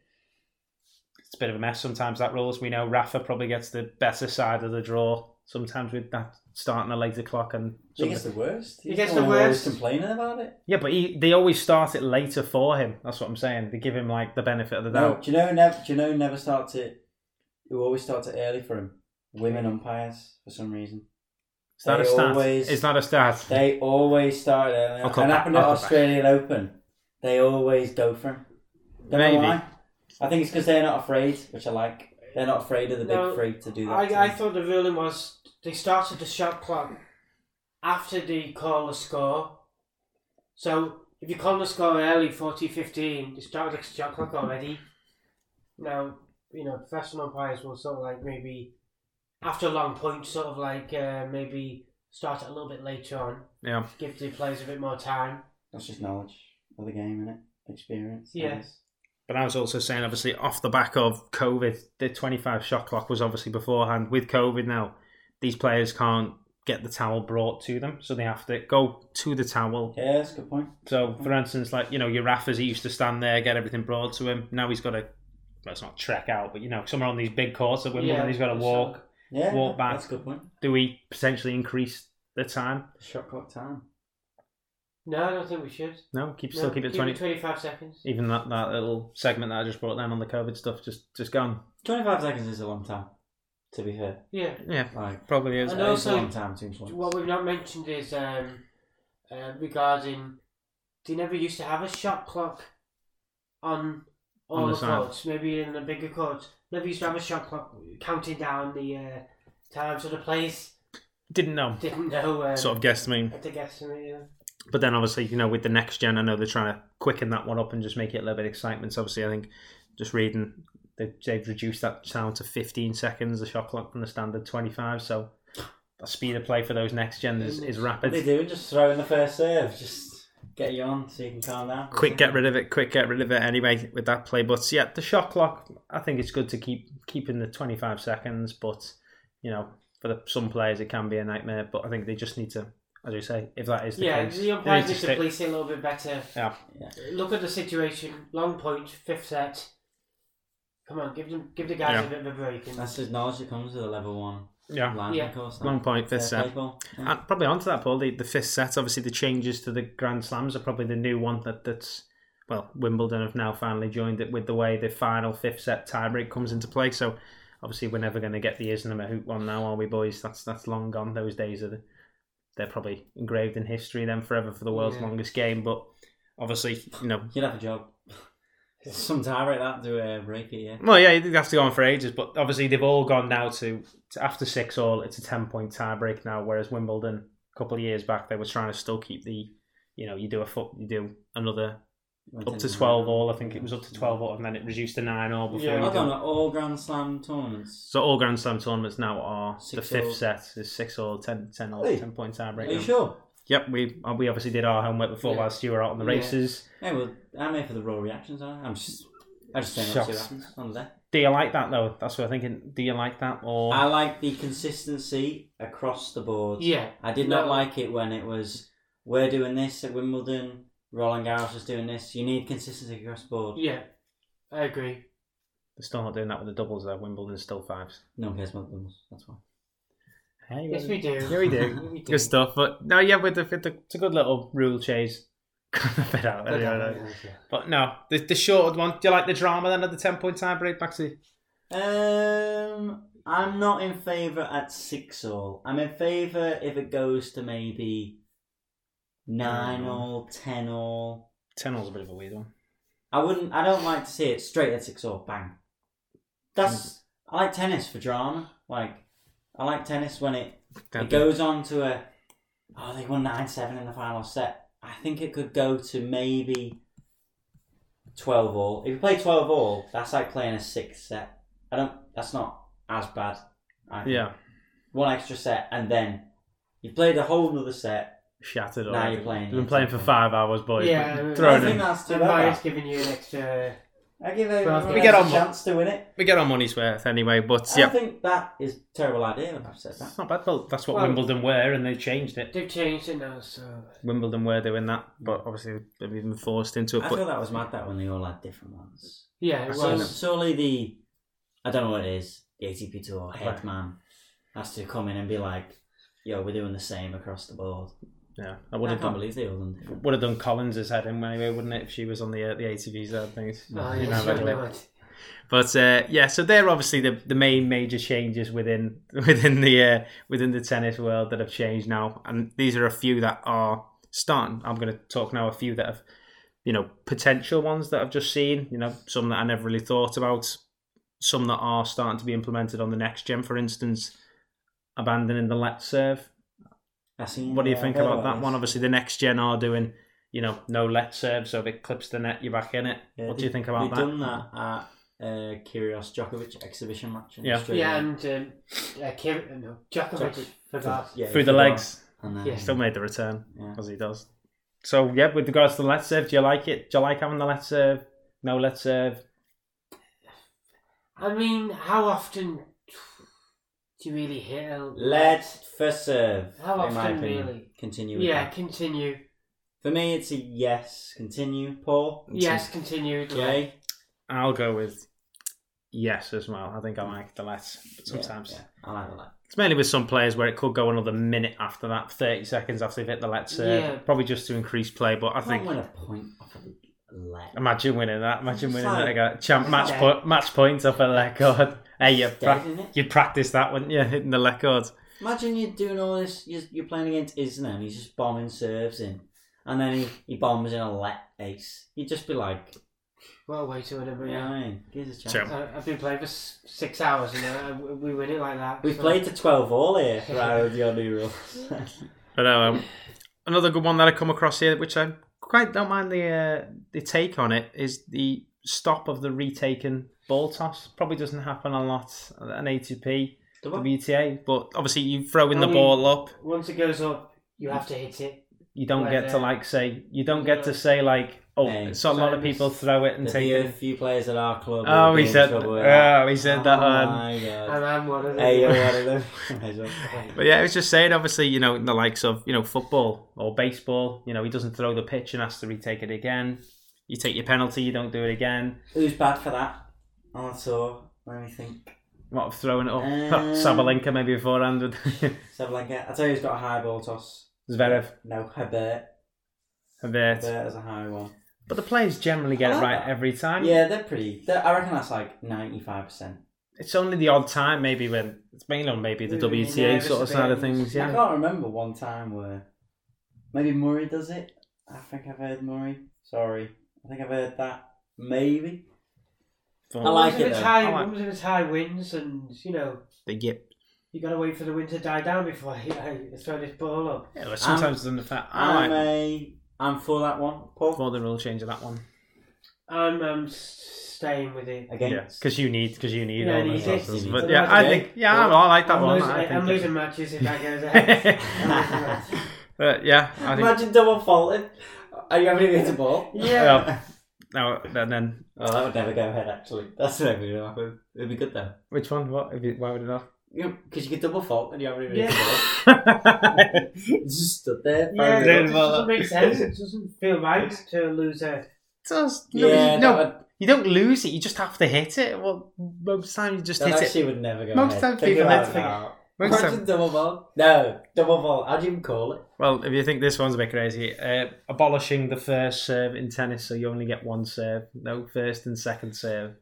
[SPEAKER 1] It's a bit of a mess sometimes, that rules. We know Rafa probably gets the better side of the draw sometimes with that starting a later clock. and
[SPEAKER 2] He
[SPEAKER 1] some-
[SPEAKER 2] gets the worst.
[SPEAKER 3] He
[SPEAKER 2] He's
[SPEAKER 3] gets
[SPEAKER 2] one
[SPEAKER 3] the
[SPEAKER 2] who always
[SPEAKER 3] worst.
[SPEAKER 2] complaining about it.
[SPEAKER 1] Yeah, but he, they always start it later for him. That's what I'm saying. They give him like the benefit of the
[SPEAKER 2] No,
[SPEAKER 1] doubt.
[SPEAKER 2] do you know? Never, do you know? Never starts it. Who always starts it early for him? Women umpires for some reason.
[SPEAKER 1] It's not a
[SPEAKER 2] they
[SPEAKER 1] stat.
[SPEAKER 2] always-
[SPEAKER 1] It's not a stat.
[SPEAKER 2] They always start early.
[SPEAKER 1] I'll come
[SPEAKER 2] and
[SPEAKER 1] back,
[SPEAKER 2] happened at
[SPEAKER 1] I'll come back.
[SPEAKER 2] Australian Open. They always go for him. Don't know
[SPEAKER 1] Maybe.
[SPEAKER 2] why. I think it's because they're not afraid, which I like. They're not afraid of the big
[SPEAKER 3] No,
[SPEAKER 2] three to do that. to
[SPEAKER 3] I, I
[SPEAKER 2] them.
[SPEAKER 3] thought the ruling was they started the shot clock after they call the score. So if you call the score early, 40 15, they started the shot clock already. Now, you know, professional umpires will sort of like maybe after a long point, sort of like uh, maybe start it a little bit later on,
[SPEAKER 1] Yeah.
[SPEAKER 3] give the players a bit more time.
[SPEAKER 2] That's just knowledge of the game, innit? Experience. I
[SPEAKER 3] Yeah.
[SPEAKER 2] guess.
[SPEAKER 1] But I was also saying, obviously, off the back of COVID, the 25 shot clock was obviously beforehand. With COVID now, these players can't get the towel brought to them, so they have to go to the towel.
[SPEAKER 2] Yeah, that's a good point.
[SPEAKER 1] So, for instance, like, you know, your Rafa's, he used to stand there, get everything brought to him. Now he's got to, well, it's not trek out, but, you know, somewhere on these big courts at Wimbledon,
[SPEAKER 3] Yeah,
[SPEAKER 1] he's got to
[SPEAKER 3] so-
[SPEAKER 1] walk.
[SPEAKER 2] Yeah,
[SPEAKER 1] Walk back.
[SPEAKER 2] That's a good point.
[SPEAKER 1] Do we potentially increase the time?
[SPEAKER 2] Shot clock time.
[SPEAKER 3] No, I don't think we should.
[SPEAKER 1] No, keep
[SPEAKER 3] No,
[SPEAKER 1] still keep it 20.
[SPEAKER 3] 25 seconds.
[SPEAKER 1] Even that, that little segment that I just brought down on the COVID stuff, just just gone.
[SPEAKER 2] Twenty-five seconds is a long time. To be fair,
[SPEAKER 3] Yeah.
[SPEAKER 1] Yeah,
[SPEAKER 2] like
[SPEAKER 1] probably is.
[SPEAKER 3] And
[SPEAKER 2] that is
[SPEAKER 3] also,
[SPEAKER 2] a long time to influence.
[SPEAKER 3] What we've not mentioned is um, uh, regarding they never used to have a shot clock on all
[SPEAKER 1] On the
[SPEAKER 3] the,
[SPEAKER 1] side.
[SPEAKER 3] courts, maybe in the bigger courts. Never used to have a shot clock counting down the uh, time, so the players
[SPEAKER 1] Didn't know.
[SPEAKER 3] didn't know. Um,
[SPEAKER 1] Sort of guessed me.
[SPEAKER 3] had to guess. I mean, uh, yeah.
[SPEAKER 1] But then obviously, you know, with the next gen, I know they're trying to quicken that one up and just make it a little bit of excitement. So obviously, I think just reading, they- they've reduced that down to 15 seconds, the shot clock from the standard 25. So the speed of play for those next gen is, is
[SPEAKER 2] What they
[SPEAKER 1] rapid.
[SPEAKER 2] doing? Just throwing the first serve. Just get you on so you can calm down.
[SPEAKER 1] Quick get rid of it, quick get rid of it anyway with that play. But yeah, the shot clock, I think it's good to keep keeping the 25 seconds. But, you know, for the, some players, it can be a nightmare. But I think they just need to, as you say, if that is the
[SPEAKER 3] yeah,
[SPEAKER 1] case,
[SPEAKER 3] the
[SPEAKER 1] they need
[SPEAKER 3] umpires
[SPEAKER 1] to
[SPEAKER 3] need to
[SPEAKER 1] stick.
[SPEAKER 3] police it a little bit better. Uh,
[SPEAKER 1] Yeah.
[SPEAKER 2] Yeah.
[SPEAKER 3] Look at the situation. Long point, fifth set. Come on, give them, give the guys
[SPEAKER 1] Yeah.
[SPEAKER 3] a bit of a break. And,
[SPEAKER 2] That's just knowledge that comes with a level one
[SPEAKER 1] Yeah.
[SPEAKER 2] line,
[SPEAKER 3] Yeah.
[SPEAKER 2] of course.
[SPEAKER 1] Long point, fifth set.
[SPEAKER 2] set.
[SPEAKER 1] And uh, probably onto that, Paul, the, the fifth set, obviously the changes to the Grand Slams are probably the new one that, that's, well, Wimbledon have now finally joined it with the way the final fifth set tiebreak comes into play. So obviously we're never going to get the Isnama Hoop one now, are we, boys? That's that's long gone. Those days are, they're probably engraved in history then forever for the world's
[SPEAKER 3] Yeah.
[SPEAKER 1] longest game. But obviously, you know,
[SPEAKER 2] You'd have a job. Some time like that to uh, break it, yeah.
[SPEAKER 1] well, yeah, they have to go on for ages, but obviously they've all gone now to, to after six all. It's a ten point tiebreak now, whereas Wimbledon a couple of years back they were trying to still keep the, you know, you do a foot, you do another up to twelve all. I think it was up to twelve all, and then it reduced to nine all before.
[SPEAKER 3] Yeah.
[SPEAKER 1] you
[SPEAKER 2] I've
[SPEAKER 1] do-
[SPEAKER 2] done it all Grand Slam tournaments.
[SPEAKER 1] So all Grand Slam tournaments now are the
[SPEAKER 2] Six
[SPEAKER 1] fifth
[SPEAKER 2] all.
[SPEAKER 1] set is six all, ten, ten all,
[SPEAKER 2] Hey.
[SPEAKER 1] ten point
[SPEAKER 2] Are
[SPEAKER 1] tiebreak.
[SPEAKER 2] you
[SPEAKER 1] now.
[SPEAKER 2] sure?
[SPEAKER 1] Yep, we uh, we obviously did our homework before
[SPEAKER 2] Yeah.
[SPEAKER 1] whilst you were out on the
[SPEAKER 3] Yeah.
[SPEAKER 1] races.
[SPEAKER 2] Hey, well, I'm here for the raw reactions, aren't I? I'm just. I just saying up to what
[SPEAKER 1] Shucks.
[SPEAKER 2] happens on there.
[SPEAKER 1] Do you like that though? That's what I'm thinking. Do you like that or?
[SPEAKER 2] I like the consistency across the board.
[SPEAKER 3] yeah,
[SPEAKER 2] I did not
[SPEAKER 3] No.
[SPEAKER 2] like it when it was we're doing this at Wimbledon, Roland Garros is doing this. You need consistency across the board.
[SPEAKER 3] yeah, I agree.
[SPEAKER 1] They're still not doing that with the doubles though. Wimbledon's still fives.
[SPEAKER 2] No one cares about them. That's why.
[SPEAKER 1] Hey,
[SPEAKER 3] Yes, we do.
[SPEAKER 1] Yeah, we do.
[SPEAKER 3] We do.
[SPEAKER 1] good stuff. But no, yeah, with the, with the it's a good little rule change. Bit out,
[SPEAKER 3] Good
[SPEAKER 1] anyway,
[SPEAKER 3] luck.
[SPEAKER 1] no. But no, the the shorted one. Do you like the drama then of the ten point tiebreak, Maxi?
[SPEAKER 2] Um, I'm not in favour at six all. I'm in favour if it goes to maybe nine
[SPEAKER 1] Mm.
[SPEAKER 2] all, ten all.
[SPEAKER 1] Ten all's a bit of a weird one.
[SPEAKER 2] I wouldn't. I don't like to see it straight at six all. Bang. That's. I like tennis for drama. Like, I like tennis when it
[SPEAKER 1] Don't
[SPEAKER 2] it goes on to a oh they won nine seven in the final set. I think it could go to maybe twelve all. If you play twelve all, that's like playing a sixth set. I don't. That's not as bad. I
[SPEAKER 1] think.
[SPEAKER 2] think.
[SPEAKER 1] yeah,
[SPEAKER 2] One extra set and then you played a whole another set.
[SPEAKER 1] shattered.
[SPEAKER 2] Now
[SPEAKER 1] already.
[SPEAKER 2] you're playing
[SPEAKER 1] You've been
[SPEAKER 2] it.
[SPEAKER 1] playing for five hours, boys.
[SPEAKER 3] Yeah,
[SPEAKER 1] But
[SPEAKER 2] I
[SPEAKER 1] thrown
[SPEAKER 2] think
[SPEAKER 1] in.
[SPEAKER 2] that's too
[SPEAKER 3] And
[SPEAKER 2] bad.
[SPEAKER 3] Maya's giving you an extra
[SPEAKER 2] I give
[SPEAKER 3] Well,
[SPEAKER 2] everyone
[SPEAKER 1] we
[SPEAKER 2] else
[SPEAKER 1] get on
[SPEAKER 2] a
[SPEAKER 1] with-
[SPEAKER 2] chance to win it.
[SPEAKER 1] We get our money's worth anyway, but
[SPEAKER 2] I
[SPEAKER 1] yeah,
[SPEAKER 2] think that is a terrible idea. I've said that.
[SPEAKER 1] it's not bad. Well, that's what
[SPEAKER 3] Well-
[SPEAKER 1] Wimbledon were, and they changed it.
[SPEAKER 3] They've changed it now, so
[SPEAKER 1] Wimbledon were doing that, but obviously they've been forced into it.
[SPEAKER 2] I
[SPEAKER 1] But
[SPEAKER 2] thought that was mad that when they all had different ones.
[SPEAKER 3] yeah, it
[SPEAKER 1] That's
[SPEAKER 2] Well,
[SPEAKER 1] Well-
[SPEAKER 3] was.
[SPEAKER 2] surely the I don't know what it is, the ATP tour head
[SPEAKER 1] Right.
[SPEAKER 2] man has to come in and be like, "Yo, we're doing the same across the board."
[SPEAKER 1] yeah, I
[SPEAKER 2] I
[SPEAKER 1] would have
[SPEAKER 2] can't
[SPEAKER 1] done.
[SPEAKER 2] believe they all done different.
[SPEAKER 1] Would have done Collins's head in anyway, wouldn't it? If she was on the uh, the ATV side of things.
[SPEAKER 3] Oh,
[SPEAKER 1] You
[SPEAKER 3] yeah,
[SPEAKER 1] know,
[SPEAKER 3] so
[SPEAKER 1] anyway.
[SPEAKER 3] mad.
[SPEAKER 1] But uh, yeah, so they're obviously the, the main major changes within within the uh, within the tennis world that have changed now, and these are a few that are starting. I'm going to talk now a few that have, you know, potential ones that I've just seen. You know, some that I never really thought about, some that are starting to be implemented on the next gen. For instance, abandoning the let serve.
[SPEAKER 2] I seen,
[SPEAKER 1] What do you
[SPEAKER 2] uh,
[SPEAKER 1] think
[SPEAKER 2] heard
[SPEAKER 1] about that
[SPEAKER 2] this.
[SPEAKER 1] one? Obviously, the next gen are doing, you know, no let serve, so if it clips the net, you're back in it.
[SPEAKER 2] Yeah,
[SPEAKER 1] what
[SPEAKER 2] they-
[SPEAKER 1] do you think about
[SPEAKER 2] they've
[SPEAKER 1] that?
[SPEAKER 2] done that at uh, Kyrgios Djokovic exhibition match in
[SPEAKER 1] Yeah.
[SPEAKER 2] Australia.
[SPEAKER 3] Yeah, and um, uh, Kim, no, Djokovic
[SPEAKER 1] Djokovic.
[SPEAKER 3] forgot.
[SPEAKER 2] Yeah,
[SPEAKER 1] Through the
[SPEAKER 2] he
[SPEAKER 1] legs.
[SPEAKER 2] won. And then,
[SPEAKER 3] Yeah.
[SPEAKER 1] Still made the return
[SPEAKER 2] yeah.
[SPEAKER 1] as he does. So yeah, with regards to the let serve, do you like it? Do you like having the let serve? No let serve.
[SPEAKER 3] I mean, how often do you really hit a
[SPEAKER 2] Lead first serve.
[SPEAKER 3] How
[SPEAKER 2] in my
[SPEAKER 3] often,
[SPEAKER 2] opinion.
[SPEAKER 3] really?
[SPEAKER 2] Continue. With
[SPEAKER 3] Yeah,
[SPEAKER 2] that.
[SPEAKER 3] continue.
[SPEAKER 2] For me, it's a yes. Continue, Paul.
[SPEAKER 3] Yes, continue.
[SPEAKER 2] Yay.
[SPEAKER 1] I'll go with yes as well. I think I like the let sometimes.
[SPEAKER 2] Yeah, yeah. I like the lead.
[SPEAKER 1] It's mainly with some players where it could go another minute after that, thirty seconds after they've hit the let serve.
[SPEAKER 3] Yeah.
[SPEAKER 1] Probably just to increase play, but I
[SPEAKER 2] I
[SPEAKER 1] think
[SPEAKER 2] win a point off of lead.
[SPEAKER 1] imagine winning that. Imagine
[SPEAKER 2] It's
[SPEAKER 1] winning
[SPEAKER 2] like-
[SPEAKER 1] that again. Champ
[SPEAKER 2] it's
[SPEAKER 1] match
[SPEAKER 3] like-
[SPEAKER 1] po- match points off a record. Hey, you
[SPEAKER 2] It's dead,
[SPEAKER 1] pra-
[SPEAKER 2] isn't it?
[SPEAKER 1] you practice that, wouldn't you? Hitting the record.
[SPEAKER 2] Imagine you're doing all this. You're, you're playing against Isner, and he's just bombing serves in, and then he, he bombs in a let ace. You'd just be like,
[SPEAKER 3] What a way to win a
[SPEAKER 2] you know what I mean? Give us a chance.
[SPEAKER 1] True.
[SPEAKER 3] I, I've been playing for s- six hours and uh, we we win it like that.
[SPEAKER 2] We've
[SPEAKER 3] so-
[SPEAKER 2] played to twelve all here rather than your new rules.
[SPEAKER 1] But um, another good one that I come across here, which I quite don't mind the uh, the take on it, is the stop of the retaken ball toss. Probably doesn't happen a lot at an ATP,
[SPEAKER 2] The what?
[SPEAKER 1] WTA, but obviously you throw in the
[SPEAKER 3] Oh, yeah.
[SPEAKER 1] ball up.
[SPEAKER 3] Once it goes up, you have to hit it.
[SPEAKER 1] You don't
[SPEAKER 3] Like
[SPEAKER 1] get to
[SPEAKER 3] that.
[SPEAKER 1] like say you don't get
[SPEAKER 3] Yeah.
[SPEAKER 1] to say like oh
[SPEAKER 2] Hey,
[SPEAKER 1] so a lot of
[SPEAKER 3] Cyrus.
[SPEAKER 1] people throw it and
[SPEAKER 2] There'd
[SPEAKER 1] take
[SPEAKER 2] be a
[SPEAKER 1] it.
[SPEAKER 2] few players at our club. who
[SPEAKER 1] Oh,
[SPEAKER 2] would
[SPEAKER 1] he
[SPEAKER 2] be in
[SPEAKER 1] said.
[SPEAKER 2] trouble with that.
[SPEAKER 1] Oh, he said that.
[SPEAKER 2] Oh
[SPEAKER 1] on
[SPEAKER 2] my god.
[SPEAKER 3] And I'm one of them.
[SPEAKER 2] Hey, you're one of them. Might as well.
[SPEAKER 1] But yeah, I was just saying, obviously, you know, in the likes of, you know, football or baseball, you know, he doesn't throw the pitch and has to retake it again. You take your penalty, you don't do it again.
[SPEAKER 2] Who's bad for that? On the tour, let me think.
[SPEAKER 1] What of throwing it up?
[SPEAKER 2] Um,
[SPEAKER 1] Sabalenka maybe beforehand with
[SPEAKER 2] Sabalenka. uh, I tell you, who's got a high ball toss.
[SPEAKER 1] Zverev,
[SPEAKER 2] No, Hebert.
[SPEAKER 1] Hibbert.
[SPEAKER 2] Hebert is a high one.
[SPEAKER 1] But the players generally get it
[SPEAKER 2] I like
[SPEAKER 1] right
[SPEAKER 2] that.
[SPEAKER 1] every time.
[SPEAKER 2] Yeah, they're pretty. They're, I reckon that's like ninety-five percent.
[SPEAKER 1] It's only the odd time maybe when it's mainly on maybe the
[SPEAKER 3] Maybe when you're
[SPEAKER 1] WTA
[SPEAKER 3] nervous
[SPEAKER 1] sort of
[SPEAKER 3] a bit
[SPEAKER 1] side of
[SPEAKER 3] and-
[SPEAKER 1] things.
[SPEAKER 2] I
[SPEAKER 1] Yeah.
[SPEAKER 2] can't remember one time where maybe Murray does it. I think I've heard Murray. Sorry, I think I've heard that. Maybe I
[SPEAKER 1] But
[SPEAKER 2] like
[SPEAKER 3] Once in
[SPEAKER 2] it
[SPEAKER 3] a
[SPEAKER 2] though.
[SPEAKER 1] I
[SPEAKER 3] tie,
[SPEAKER 1] like-
[SPEAKER 3] once in a tie wins, and you know
[SPEAKER 1] They get
[SPEAKER 3] you gotta wait for the wind to die down before you know, throw this ball up.
[SPEAKER 1] yeah, well, sometimes it's in the fact I
[SPEAKER 2] I'm
[SPEAKER 1] like
[SPEAKER 2] a. I'm for that one, Paul.
[SPEAKER 1] for the rule change of that one.
[SPEAKER 3] I'm um, s- staying with it.
[SPEAKER 2] Against.
[SPEAKER 1] Yeah, because you need because you need
[SPEAKER 3] Yeah,
[SPEAKER 1] all
[SPEAKER 3] you
[SPEAKER 1] those
[SPEAKER 3] need it.
[SPEAKER 1] losses.
[SPEAKER 2] You
[SPEAKER 1] But
[SPEAKER 2] need
[SPEAKER 1] yeah,
[SPEAKER 3] it.
[SPEAKER 1] I
[SPEAKER 2] Okay.
[SPEAKER 1] think yeah, I like that
[SPEAKER 3] I'm
[SPEAKER 1] one.
[SPEAKER 3] losing,
[SPEAKER 1] I
[SPEAKER 3] I'm
[SPEAKER 1] think
[SPEAKER 3] losing matches if that goes ahead. I'm losing matches.
[SPEAKER 1] but Uh, yeah, I think
[SPEAKER 2] Imagine double faulting. Are you having to hit a ball?
[SPEAKER 3] Yeah.
[SPEAKER 1] no, and then
[SPEAKER 2] Oh, that would never go ahead. Actually, that's never going to happen. It'd be good though.
[SPEAKER 1] which one? What? If you- Why would it not?
[SPEAKER 2] Because you could double fault and you haven't even
[SPEAKER 3] Yeah.
[SPEAKER 2] hit the ball. Just stood there.
[SPEAKER 3] Yeah,
[SPEAKER 1] Very
[SPEAKER 3] it
[SPEAKER 1] good.
[SPEAKER 3] doesn't make sense. It doesn't feel right to lose a.
[SPEAKER 1] Just, no,
[SPEAKER 2] yeah
[SPEAKER 1] you, no,
[SPEAKER 2] that would-
[SPEAKER 1] you don't lose it. You just have to hit it. Well, most times you just
[SPEAKER 2] that
[SPEAKER 1] hit it.
[SPEAKER 2] actually would never go
[SPEAKER 1] Most
[SPEAKER 2] ahead.
[SPEAKER 1] times
[SPEAKER 2] Think
[SPEAKER 1] people
[SPEAKER 2] about
[SPEAKER 1] hit-
[SPEAKER 2] it now.
[SPEAKER 1] Most
[SPEAKER 2] Imagine
[SPEAKER 1] time-
[SPEAKER 2] double ball. No, double ball. How do you even call it?
[SPEAKER 1] Well, if you think this one's a bit crazy, uh, abolishing the first serve in tennis, so you only get one serve. No first and second serve.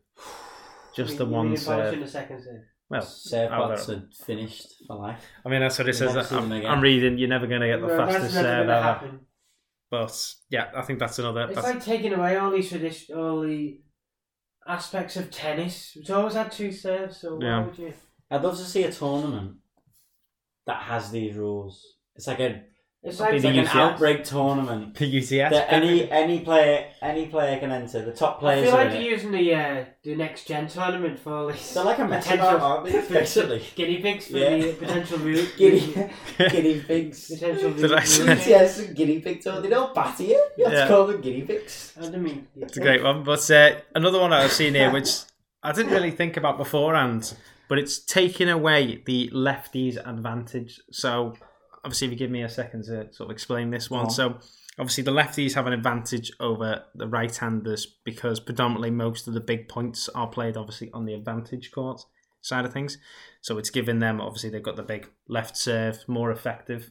[SPEAKER 1] Just the
[SPEAKER 3] You
[SPEAKER 1] one
[SPEAKER 3] mean abolishing
[SPEAKER 1] serve.
[SPEAKER 3] the second serve.
[SPEAKER 1] Well,
[SPEAKER 2] Serve
[SPEAKER 3] Oh,
[SPEAKER 1] I'll
[SPEAKER 2] bots are finished for life.
[SPEAKER 1] I mean, that's what it says.
[SPEAKER 2] Never seen
[SPEAKER 1] I'm,
[SPEAKER 2] them again.
[SPEAKER 1] I'm reading, you're never going to get the
[SPEAKER 3] Well,
[SPEAKER 1] fastest
[SPEAKER 3] that's never
[SPEAKER 1] serve
[SPEAKER 3] gonna
[SPEAKER 1] ever.
[SPEAKER 3] happen.
[SPEAKER 1] But yeah, I think that's another.
[SPEAKER 3] It's
[SPEAKER 1] that's-
[SPEAKER 3] like taking away all these tradition, all the aspects of tennis. It's always had two serves, so why
[SPEAKER 1] Yeah.
[SPEAKER 3] would you?
[SPEAKER 2] I'd love to see a tournament that has these rules. It's like a
[SPEAKER 3] It's
[SPEAKER 1] That'd
[SPEAKER 3] like,
[SPEAKER 1] be
[SPEAKER 2] It's like an
[SPEAKER 1] UCS.
[SPEAKER 2] outbreak tournament
[SPEAKER 1] The UCS.
[SPEAKER 2] that any any player any player can enter. The top
[SPEAKER 3] I
[SPEAKER 2] players
[SPEAKER 3] feel
[SPEAKER 2] are
[SPEAKER 3] like
[SPEAKER 2] in
[SPEAKER 3] you're
[SPEAKER 2] it.
[SPEAKER 3] using the uh, the next gen tournament for all these
[SPEAKER 2] They're like a mess
[SPEAKER 3] potential
[SPEAKER 2] aren't they? Basically,
[SPEAKER 3] guinea pigs for
[SPEAKER 2] Yeah.
[SPEAKER 3] the potential route.
[SPEAKER 2] guinea guinea pigs.
[SPEAKER 3] potential
[SPEAKER 1] Did I say-
[SPEAKER 3] route.
[SPEAKER 2] Yes, and guinea pigs. They don't bat you. You have
[SPEAKER 1] Yeah.
[SPEAKER 2] to call them guinea pigs.
[SPEAKER 3] I don't mean.
[SPEAKER 1] It's a great one. But uh, another one I've seen here, which I didn't really think about beforehand, but it's taking away the lefties' advantage. So, obviously, if you give me a second to sort of explain this one.
[SPEAKER 2] on.
[SPEAKER 1] So, obviously, the lefties have an advantage over the right handers because predominantly most of the big points are played, obviously, on the advantage court side of things. So, it's giving them, obviously, they've got the big left serve, more effective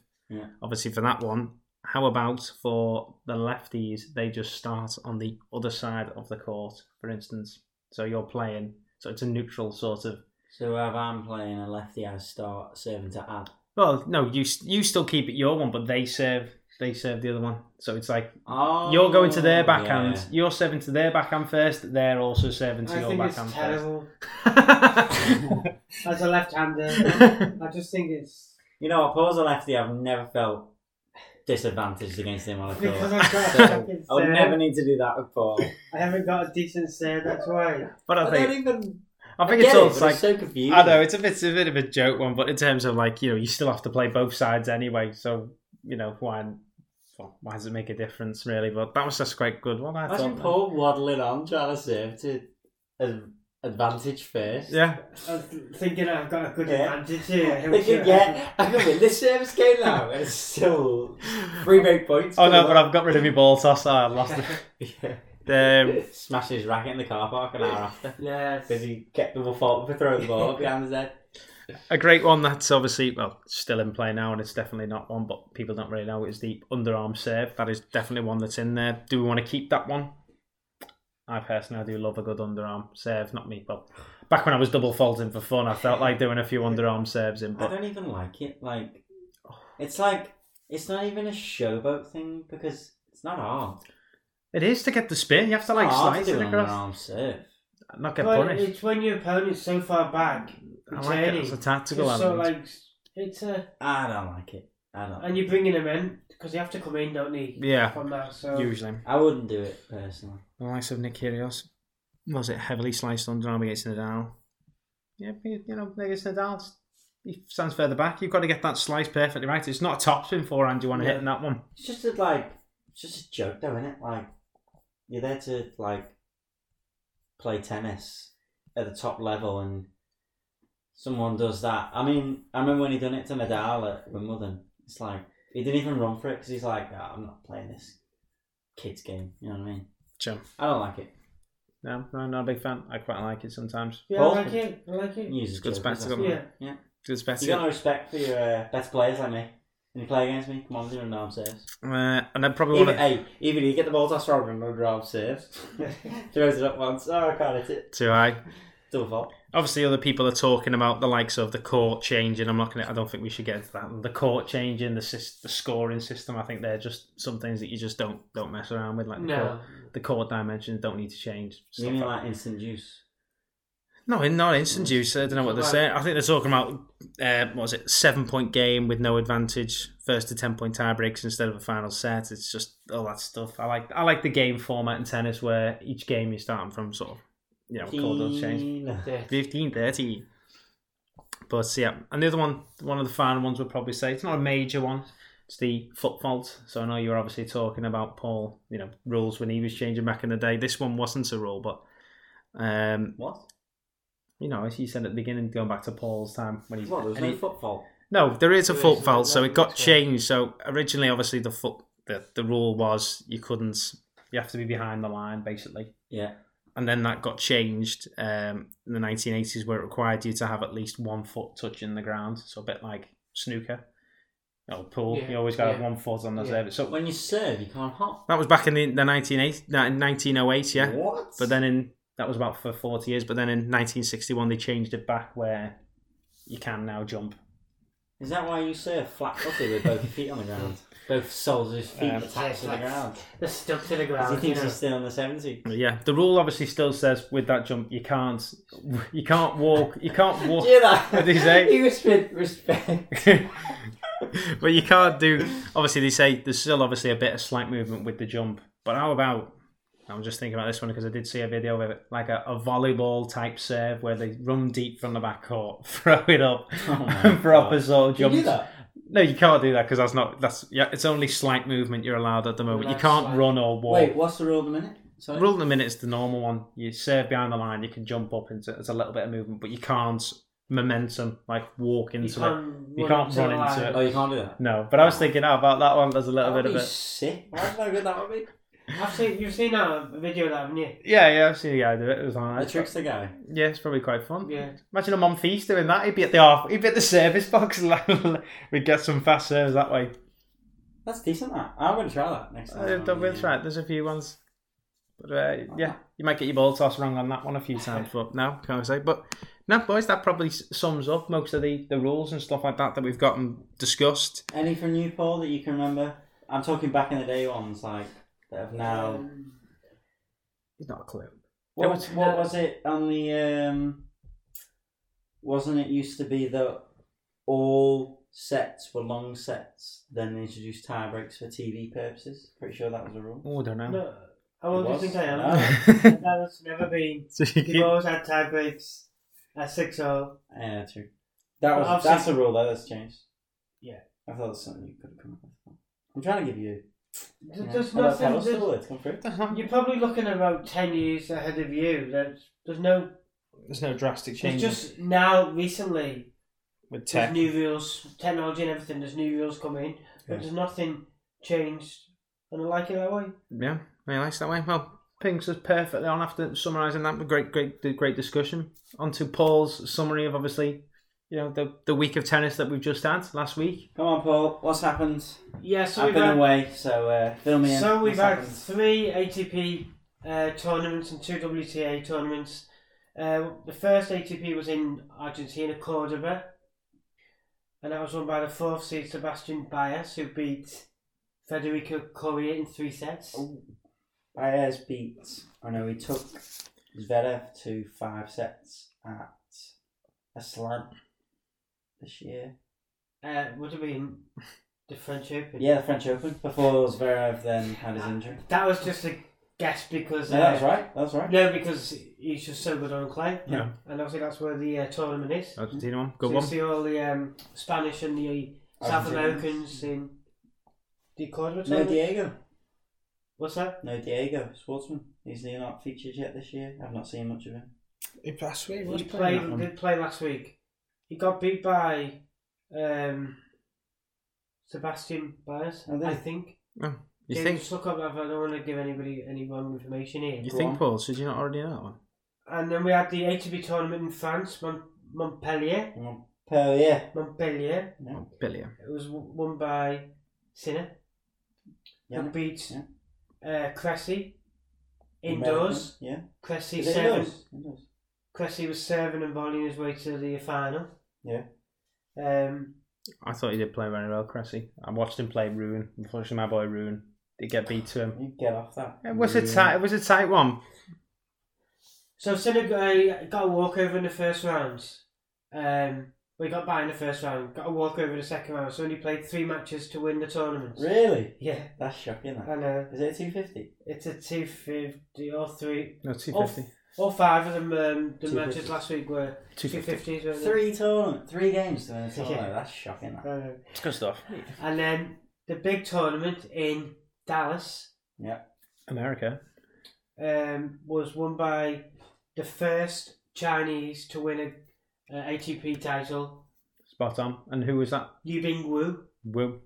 [SPEAKER 1] obviously for that one. How about for the lefties? They just start on the other side of the court, for instance. So you're playing, so it's a neutral sort of.
[SPEAKER 2] So uh, if I'm playing a lefty, I start serving to add.
[SPEAKER 1] Well, no, you you still keep it your one, but they serve they serve the other one. So it's like
[SPEAKER 2] Oh,
[SPEAKER 1] you're going to their backhand,
[SPEAKER 2] yeah.
[SPEAKER 1] you're serving to their backhand first. They're also serving to
[SPEAKER 3] I
[SPEAKER 1] your
[SPEAKER 3] think it's
[SPEAKER 1] backhand
[SPEAKER 3] terrible.
[SPEAKER 1] first.
[SPEAKER 3] As a left-hander, I just think it's
[SPEAKER 2] You know, I pose a lefty. I've never felt disadvantaged against him on a court.
[SPEAKER 3] because I've got a
[SPEAKER 2] So,
[SPEAKER 3] second
[SPEAKER 2] I would
[SPEAKER 3] serve.
[SPEAKER 2] never need to do that with Paul.
[SPEAKER 3] I haven't got a decent serve. That's why.
[SPEAKER 1] but I think
[SPEAKER 2] even.
[SPEAKER 1] I think it's all it's like
[SPEAKER 2] so confusing.
[SPEAKER 1] I know it's a bit, it's a bit of a joke one, but in terms of like you know, you still have to play both sides anyway. So you know why, well, why does it make a difference really? But that was just quite good one. I
[SPEAKER 2] Imagine
[SPEAKER 1] thought.
[SPEAKER 2] Paul waddling on trying to serve to an advantage first.
[SPEAKER 1] Yeah,
[SPEAKER 3] I was thinking I've got a good
[SPEAKER 2] Yeah.
[SPEAKER 3] advantage here. Who
[SPEAKER 2] They
[SPEAKER 3] should
[SPEAKER 2] can
[SPEAKER 3] I-
[SPEAKER 2] get. I can win this service game now, and it's still three big points.
[SPEAKER 1] Oh no, but I've got rid of my ball toss. Oh, I lost it.
[SPEAKER 2] Yeah.
[SPEAKER 1] Um,
[SPEAKER 2] Smashing his racket in the car park an hour after
[SPEAKER 3] Yes.
[SPEAKER 2] because he kept the fault for throwing the ball behind his head.
[SPEAKER 1] a great one that's obviously well still in play now, and it's definitely not one, but people don't really know is the underarm serve. That is definitely one that's in there. Do we want to keep that one? I personally I do love a good underarm serve. Not me, but back when I was double faulting for fun, I felt like doing a few underarm serves in.
[SPEAKER 2] I
[SPEAKER 1] But
[SPEAKER 2] don't even like it. Like, it's like it's not even a showboat thing because it's not hard.
[SPEAKER 1] It is to get the spin. You have to
[SPEAKER 2] It's
[SPEAKER 1] like
[SPEAKER 2] not hard
[SPEAKER 1] slice
[SPEAKER 2] to
[SPEAKER 1] it
[SPEAKER 2] do an
[SPEAKER 1] across,
[SPEAKER 2] arm serve.
[SPEAKER 1] not get
[SPEAKER 3] But
[SPEAKER 1] punished.
[SPEAKER 3] it's when your opponent's so far back,
[SPEAKER 1] I like it. It's a tactical
[SPEAKER 3] Just sort of
[SPEAKER 1] element.
[SPEAKER 3] like it's a
[SPEAKER 2] I don't like it. I don't.
[SPEAKER 3] and you're bringing them in because they have to come in, don't they?
[SPEAKER 1] yeah,
[SPEAKER 3] From that, so
[SPEAKER 1] usually.
[SPEAKER 2] I wouldn't do it personally.
[SPEAKER 1] The likes of Nick Kyrgios was it heavily sliced underarm against Nadal. Yeah, but, you know against Nadal, he stands further back. You've got to get that slice perfectly right. It's not a topspin forehand you want to
[SPEAKER 2] Yeah.
[SPEAKER 1] hit in that one.
[SPEAKER 2] It's just a, like it's just a joke, though, isn't it? Like you're there to like play tennis at the top level, and someone does that. I mean, I remember when he done it to Nadal at Wimbledon. It's like he didn't even run for it because he's like, "Ah, I'm not playing this kids game. You know what I mean?
[SPEAKER 1] Sure.
[SPEAKER 2] I don't like it.
[SPEAKER 1] No, no, not a big fan. I quite like it sometimes.
[SPEAKER 3] yeah,
[SPEAKER 2] Paul's
[SPEAKER 3] I like
[SPEAKER 2] been-
[SPEAKER 3] it. I like it.
[SPEAKER 2] Use
[SPEAKER 1] Good spats to go
[SPEAKER 3] Yeah.
[SPEAKER 2] Yeah,
[SPEAKER 1] It's better.
[SPEAKER 2] you got no respect for your uh, best players like me. When you play against me, come on, do an arm serves.
[SPEAKER 1] Uh, and I probably want
[SPEAKER 2] Even,
[SPEAKER 1] to.
[SPEAKER 2] hey, even you get the ball tossed around and under arm serves. Throws it up once. Oh, I can't hit it.
[SPEAKER 1] Too high.
[SPEAKER 2] Double fault.
[SPEAKER 1] Obviously, other people are talking about the likes of the court changing. I'm not going. to I don't think we should get into that. The court changing, the sys- the scoring system. I think they're just some things that you just don't don't mess around with. Like the,
[SPEAKER 3] No.
[SPEAKER 1] court, the court dimensions don't need to change.
[SPEAKER 2] You
[SPEAKER 1] Stuff
[SPEAKER 2] mean
[SPEAKER 1] like-
[SPEAKER 2] like instant juice?
[SPEAKER 1] no, in not instant juice. I don't know what they're
[SPEAKER 3] Right.
[SPEAKER 1] saying. I think they're talking about uh, what was it? Seven point game with no advantage, first to ten point tie breaks instead of a final set. It's just all that stuff. I like I like the game format in tennis where each game you're starting from sort of you know court does change.
[SPEAKER 2] Keen.
[SPEAKER 3] Yeah.
[SPEAKER 1] 15 30 but yeah and the other one one of the final ones would probably say it's not a major one it's the foot fault so i know you were obviously talking about paul you know rules when he was changing back in the day this one wasn't a rule but um
[SPEAKER 2] What?
[SPEAKER 1] you know as you said at the beginning going back to paul's time when he
[SPEAKER 2] What? There's
[SPEAKER 1] and
[SPEAKER 2] no
[SPEAKER 1] he-
[SPEAKER 2] foot fault.
[SPEAKER 1] no, there is a
[SPEAKER 3] There
[SPEAKER 1] foot
[SPEAKER 3] is,
[SPEAKER 1] fault, so
[SPEAKER 3] yeah,
[SPEAKER 1] it got
[SPEAKER 3] that's right.
[SPEAKER 1] changed. So originally, obviously, the foot the, the rule was you couldn't, you have to be behind the line, basically.
[SPEAKER 2] Yeah.
[SPEAKER 1] And then that got changed um, in the 1980s, where it required you to have at least one foot touching the ground. So a bit like snooker, or pool,
[SPEAKER 3] Yeah,
[SPEAKER 1] you always got to have
[SPEAKER 3] yeah.
[SPEAKER 1] one foot on the
[SPEAKER 3] Yeah.
[SPEAKER 1] service. So
[SPEAKER 2] When you serve, you can't hop.
[SPEAKER 1] that was back in the, the 1980, no, in 1908, yeah.
[SPEAKER 2] What?
[SPEAKER 1] But then in that was about for 40 years. But then in 1961, they changed it back where you can now jump.
[SPEAKER 2] Is that why you serve flat footed with both your feet on the ground? Both soles of his feet
[SPEAKER 1] Um,
[SPEAKER 2] attached to the ground.
[SPEAKER 3] They're stuck to the
[SPEAKER 2] 'Cause
[SPEAKER 3] ground.
[SPEAKER 2] he thinks
[SPEAKER 3] you know.
[SPEAKER 2] he's still in the 70.
[SPEAKER 1] Yeah, the rule obviously still says with that jump you can't you can't walk you can't
[SPEAKER 2] Do
[SPEAKER 1] walk.
[SPEAKER 2] you Oh hear that?
[SPEAKER 1] What did he say?
[SPEAKER 2] He whispered, respect.
[SPEAKER 1] but you can't do. Obviously, they say there's still obviously a bit of slight movement with the jump. But how about? I'm just thinking about this one because I did see a video of it, like a, a volleyball type serve where they run deep from the back court, throw it up,
[SPEAKER 2] Oh my
[SPEAKER 1] and proper
[SPEAKER 2] God.
[SPEAKER 1] sort of
[SPEAKER 3] Can
[SPEAKER 1] jump.
[SPEAKER 3] you do that?
[SPEAKER 1] No, you can't do that because that's not that's yeah. It's only slight movement you're allowed at the moment. You
[SPEAKER 3] That's
[SPEAKER 1] can't
[SPEAKER 3] slight.
[SPEAKER 1] run or walk.
[SPEAKER 2] Wait, what's the rule of the minute? Sorry.
[SPEAKER 1] Rule of the minute is the normal one. You serve behind the line, you can jump up into it's a little bit of movement, but you can't momentum like walk
[SPEAKER 3] You
[SPEAKER 1] into it.
[SPEAKER 3] can't,
[SPEAKER 1] You
[SPEAKER 3] run
[SPEAKER 1] can't
[SPEAKER 3] to the
[SPEAKER 1] run
[SPEAKER 3] line.
[SPEAKER 1] into it.
[SPEAKER 2] Oh, you can't do that.
[SPEAKER 1] No, but I was thinking oh, about that one. There's a little
[SPEAKER 2] That would
[SPEAKER 1] bit of
[SPEAKER 2] be
[SPEAKER 1] it.
[SPEAKER 2] sick. Imagine how good that would be.
[SPEAKER 3] I've seen, you've seen a video of that, haven't you?
[SPEAKER 1] Yeah, yeah, I've seen the guy do it. It was
[SPEAKER 2] The
[SPEAKER 1] alright.
[SPEAKER 2] trickster guy.
[SPEAKER 1] Yeah, it's probably quite fun.
[SPEAKER 3] Yeah.
[SPEAKER 1] Imagine a Monfils doing that. He'd be at the half. He'd be at the service box. We'd get some fast serves that way.
[SPEAKER 2] That's decent. That I'm gonna try that next time.
[SPEAKER 1] Uh,
[SPEAKER 2] I'm
[SPEAKER 1] don't
[SPEAKER 2] on the,
[SPEAKER 3] Um,
[SPEAKER 1] really try it. There's a few ones, but uh, yeah, you might get your ball tossed wrong on that one a few times. But no, can't say. But no, boys, that probably s- sums up most of the, the rules and stuff like that that we've gotten discussed.
[SPEAKER 2] uh, Any from you, Paul, that you can remember? I'm talking back in the day ones like that have now.
[SPEAKER 3] Um,
[SPEAKER 1] He's not a clue.
[SPEAKER 2] What,
[SPEAKER 1] was-
[SPEAKER 2] what was it on the? Um, wasn't it used to be that all sets were long sets? Then they introduced tie breaks for TV purposes. Pretty sure that was a rule.
[SPEAKER 1] Oh, I don't know.
[SPEAKER 3] no, how old do you
[SPEAKER 2] Was?
[SPEAKER 3] think I am?
[SPEAKER 2] No.
[SPEAKER 3] That's never been.
[SPEAKER 1] so you
[SPEAKER 3] You've
[SPEAKER 1] keep,
[SPEAKER 3] always had tie breaks oh. at 6 0.
[SPEAKER 2] Yeah, true. That was
[SPEAKER 3] Well, I've
[SPEAKER 2] that's a rule though, that's changed.
[SPEAKER 3] Yeah.
[SPEAKER 2] I thought that's something you could have come up with. I'm trying to give you.
[SPEAKER 3] There's
[SPEAKER 2] Yeah.
[SPEAKER 3] there's
[SPEAKER 2] Oh, that's how
[SPEAKER 3] nothing.
[SPEAKER 2] it's the
[SPEAKER 3] There's,
[SPEAKER 2] words come through.
[SPEAKER 3] you're probably looking about 10 years ahead of you. There's, there's no.
[SPEAKER 1] There's no drastic
[SPEAKER 3] There's
[SPEAKER 1] changes
[SPEAKER 3] just now, recently,
[SPEAKER 1] with tech.
[SPEAKER 3] there's new rules, technology and everything, there's new rules coming, but
[SPEAKER 2] Yeah.
[SPEAKER 3] there's nothing changed. And I like it that way.
[SPEAKER 1] Yeah, very nice that way. Well, Pinks was perfectly on after summarising that. Great, great, great discussion. On to Paul's summary of obviously, you know, the the week of tennis that we've just had last week.
[SPEAKER 2] Come on, Paul. What's happened?
[SPEAKER 3] Yeah, so
[SPEAKER 2] I've
[SPEAKER 3] we've
[SPEAKER 2] been
[SPEAKER 3] had,
[SPEAKER 2] away, so uh, fill me in.
[SPEAKER 3] so
[SPEAKER 2] What's
[SPEAKER 3] we've had
[SPEAKER 2] happened?
[SPEAKER 3] three ATP uh, tournaments and two WTA tournaments. Uh, the first ATP was in Argentina, Cordoba, and that was won by the fourth seed Sebastian Baez, who beat Federico Correa in three sets.
[SPEAKER 2] Baez beat. I know he took Zverev to five sets at a slam this year.
[SPEAKER 3] Uh, would have been the French Open.
[SPEAKER 2] Yeah, the French Open before Zverev then had his injury.
[SPEAKER 3] That was just a guess because
[SPEAKER 2] No,
[SPEAKER 3] uh,
[SPEAKER 2] that's right. That's right.
[SPEAKER 3] No, because he's just so good on clay,
[SPEAKER 2] Yeah.
[SPEAKER 3] and obviously that's where the uh, tournament is.
[SPEAKER 1] Argentina one, Oh, good
[SPEAKER 3] so
[SPEAKER 1] one.
[SPEAKER 3] You see all the um, Spanish and the South
[SPEAKER 2] Argentinians.
[SPEAKER 3] Americans in the Cordoba
[SPEAKER 2] No
[SPEAKER 3] tournament.
[SPEAKER 2] Diego.
[SPEAKER 3] What's that?
[SPEAKER 2] No Diego Schwartzman. Is he not featured yet this year? I've not seen much of him.
[SPEAKER 3] he played did play last week. He got beat by um, Sebastian Baez,
[SPEAKER 2] Oh, did
[SPEAKER 3] I
[SPEAKER 2] he?
[SPEAKER 3] think.
[SPEAKER 1] You
[SPEAKER 3] Yeah,
[SPEAKER 1] think?
[SPEAKER 3] Just look up. I don't want to give anybody any wrong information here.
[SPEAKER 1] You
[SPEAKER 2] Go
[SPEAKER 1] think,
[SPEAKER 2] on.
[SPEAKER 1] Paul? So did you not already know that one?
[SPEAKER 3] And then we had the ATP tournament in France, Mon- Montpellier.
[SPEAKER 2] Come on. Oh yeah.
[SPEAKER 3] Montpellier.
[SPEAKER 2] No.
[SPEAKER 1] Billion.
[SPEAKER 3] It was w- won by Sinner.
[SPEAKER 2] Yeah.
[SPEAKER 3] who beat
[SPEAKER 2] Yeah.
[SPEAKER 3] uh, Cressy indoors.
[SPEAKER 2] Yeah.
[SPEAKER 3] Cressy
[SPEAKER 2] Is it
[SPEAKER 3] seven.
[SPEAKER 2] indoors? Indoors.
[SPEAKER 3] Cressy was serving and volleying his way to the final.
[SPEAKER 2] Yeah.
[SPEAKER 3] Um,
[SPEAKER 1] I thought he did play very well, Cressy. I watched him play Ruin. Unfortunately, my boy Ruin did get beat to him.
[SPEAKER 2] You get off that.
[SPEAKER 1] It was a tight. It was a tight one.
[SPEAKER 3] so Sinner got a, got a walkover in the first round. Um, we got by in the first round. Got a walkover in the second round. So only played three matches to win the tournament.
[SPEAKER 2] Really?
[SPEAKER 3] Yeah,
[SPEAKER 2] That's shocking. That.
[SPEAKER 3] I know.
[SPEAKER 2] Is it a two fifty?
[SPEAKER 3] It's a two fifty or three.
[SPEAKER 1] No, two
[SPEAKER 3] All,
[SPEAKER 1] fifty.
[SPEAKER 3] all five of them. Um, the
[SPEAKER 2] 250.
[SPEAKER 3] matches last week were
[SPEAKER 1] Two
[SPEAKER 3] two
[SPEAKER 1] fifty.
[SPEAKER 3] fifties. weren't they?
[SPEAKER 2] Three tournament, three games to win a tournament.
[SPEAKER 3] Yeah.
[SPEAKER 2] That's shocking. That.
[SPEAKER 3] Uh,
[SPEAKER 1] It's good stuff.
[SPEAKER 3] And then the big tournament in Dallas
[SPEAKER 1] America.
[SPEAKER 3] um, was won by the first Chinese to win a, a ATP title,
[SPEAKER 1] Spot on. And who was that?
[SPEAKER 3] Yubing Wu.
[SPEAKER 1] Woo.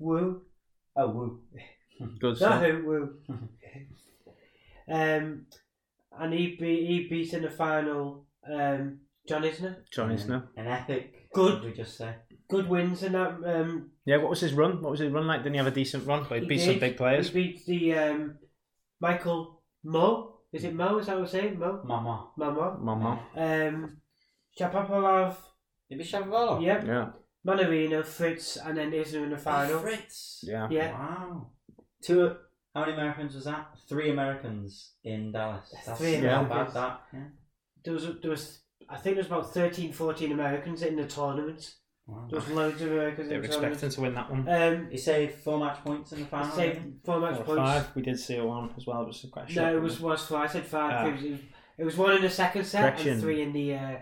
[SPEAKER 3] Wu,
[SPEAKER 2] Oh woo.
[SPEAKER 1] Good
[SPEAKER 3] not
[SPEAKER 1] stuff.
[SPEAKER 3] who, Wu.
[SPEAKER 1] Mm-hmm.
[SPEAKER 3] um, and he beat he beat in the final um, John Isner.
[SPEAKER 1] Johnny Snow.
[SPEAKER 2] An epic.
[SPEAKER 3] Good.
[SPEAKER 2] We just say.
[SPEAKER 3] Good wins in that. Um,
[SPEAKER 1] Yeah, what was his run? What was his run like? Didn't he have a decent run? But he beat some
[SPEAKER 3] did.
[SPEAKER 1] big players.
[SPEAKER 3] He beat the um, Michael Mo. Is it Mo? Is that what I'm saying? Mo.
[SPEAKER 2] Mama.
[SPEAKER 3] Mo Mo.
[SPEAKER 1] Mama.
[SPEAKER 3] Um, Shapovalov.
[SPEAKER 2] Did be
[SPEAKER 1] Oh.
[SPEAKER 2] Shapovalov?
[SPEAKER 3] Yep.
[SPEAKER 1] Yeah.
[SPEAKER 3] Manorino, Fritz, and then Isner in the
[SPEAKER 2] Oh,
[SPEAKER 3] final.
[SPEAKER 2] Fritz.
[SPEAKER 1] Yeah.
[SPEAKER 3] Yeah,
[SPEAKER 2] Wow. Two. How many Americans was that? Three Americans in Dallas. That's
[SPEAKER 3] Three
[SPEAKER 2] not bad.
[SPEAKER 3] Americans.
[SPEAKER 2] That. Yeah.
[SPEAKER 3] there was there was I think there was about 13, 14 Americans in the tournament.
[SPEAKER 2] Wow.
[SPEAKER 3] There was loads of her because
[SPEAKER 1] Oh. They were expecting to win that one.
[SPEAKER 3] Um,
[SPEAKER 2] He saved four match points in the final.
[SPEAKER 3] same four match
[SPEAKER 1] Or
[SPEAKER 3] points.
[SPEAKER 1] five. We did see one as well. It was quite a
[SPEAKER 3] No,
[SPEAKER 1] shock,
[SPEAKER 3] it was was five. I said five.
[SPEAKER 1] Ah.
[SPEAKER 3] It, was, it was- it was one in the second set
[SPEAKER 1] Correction.
[SPEAKER 3] and three in the uh,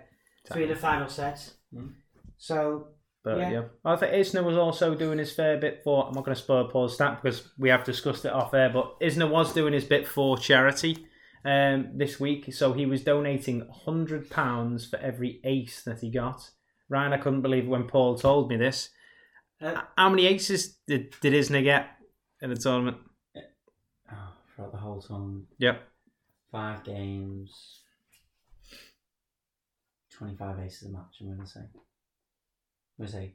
[SPEAKER 3] three in the final set.
[SPEAKER 2] Mm.
[SPEAKER 3] So
[SPEAKER 1] But yeah.
[SPEAKER 3] Yeah.
[SPEAKER 1] I think Isner was also doing his fair bit for. I'm not going to spoil Paul's stat because we have discussed it off air. But Isner was doing his bit for charity um, this week, so he was donating hundred pounds for every ace that he got. Ryan, I couldn't believe it when Paul told me this.
[SPEAKER 3] Uh,
[SPEAKER 1] How many aces did, did Isner get in the tournament?
[SPEAKER 2] Oh, throughout the whole tournament.
[SPEAKER 1] Yep.
[SPEAKER 2] Five games. 25 aces a match, I'm going to say. I'm going to say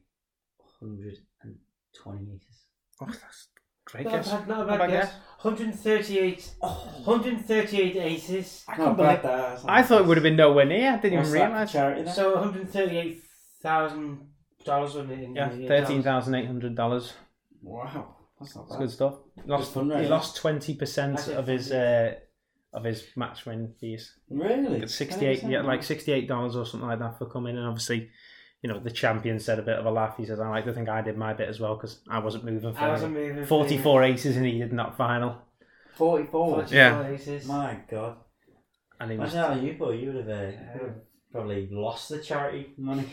[SPEAKER 2] 120 aces.
[SPEAKER 1] Oh, that's a great
[SPEAKER 3] not
[SPEAKER 1] guess.
[SPEAKER 3] a bad, not a
[SPEAKER 1] Not
[SPEAKER 3] bad
[SPEAKER 1] a bad
[SPEAKER 3] guess.
[SPEAKER 1] guess.
[SPEAKER 3] 138, 138 aces.
[SPEAKER 2] Oh, I
[SPEAKER 1] can't believe-
[SPEAKER 2] that.
[SPEAKER 1] I thought it would have been nowhere near. I didn't
[SPEAKER 2] What's
[SPEAKER 1] even
[SPEAKER 2] that for
[SPEAKER 1] realise.
[SPEAKER 2] Charity then?
[SPEAKER 3] So one hundred thirty-eight thousand dollars on it. In
[SPEAKER 1] Yeah,
[SPEAKER 3] in-
[SPEAKER 1] thirteen thousand eight hundred dollars.
[SPEAKER 2] wow. That's not
[SPEAKER 1] It's
[SPEAKER 2] bad.
[SPEAKER 1] good stuff. Lost,
[SPEAKER 2] fun, right?
[SPEAKER 1] he lost twenty percent
[SPEAKER 3] That's it.
[SPEAKER 1] of his uh, of his match win fees.
[SPEAKER 2] Really?
[SPEAKER 1] It's sixty-eight, yeah,
[SPEAKER 2] 10%?
[SPEAKER 1] like sixty-eight dollars or something like that for coming. And obviously, you know, the champion said a bit of a laugh. He says, "I like to think I did my bit as well because I wasn't moving for
[SPEAKER 3] I wasn't moving.
[SPEAKER 1] forty-four aces, and he did in that final."
[SPEAKER 2] 44.
[SPEAKER 3] Forty-four
[SPEAKER 1] Yeah.
[SPEAKER 3] aces.
[SPEAKER 2] Oh,
[SPEAKER 3] Um,
[SPEAKER 2] My God.
[SPEAKER 1] And he was
[SPEAKER 2] Imagine how you put you would have uh, you would have probably lost the charity money.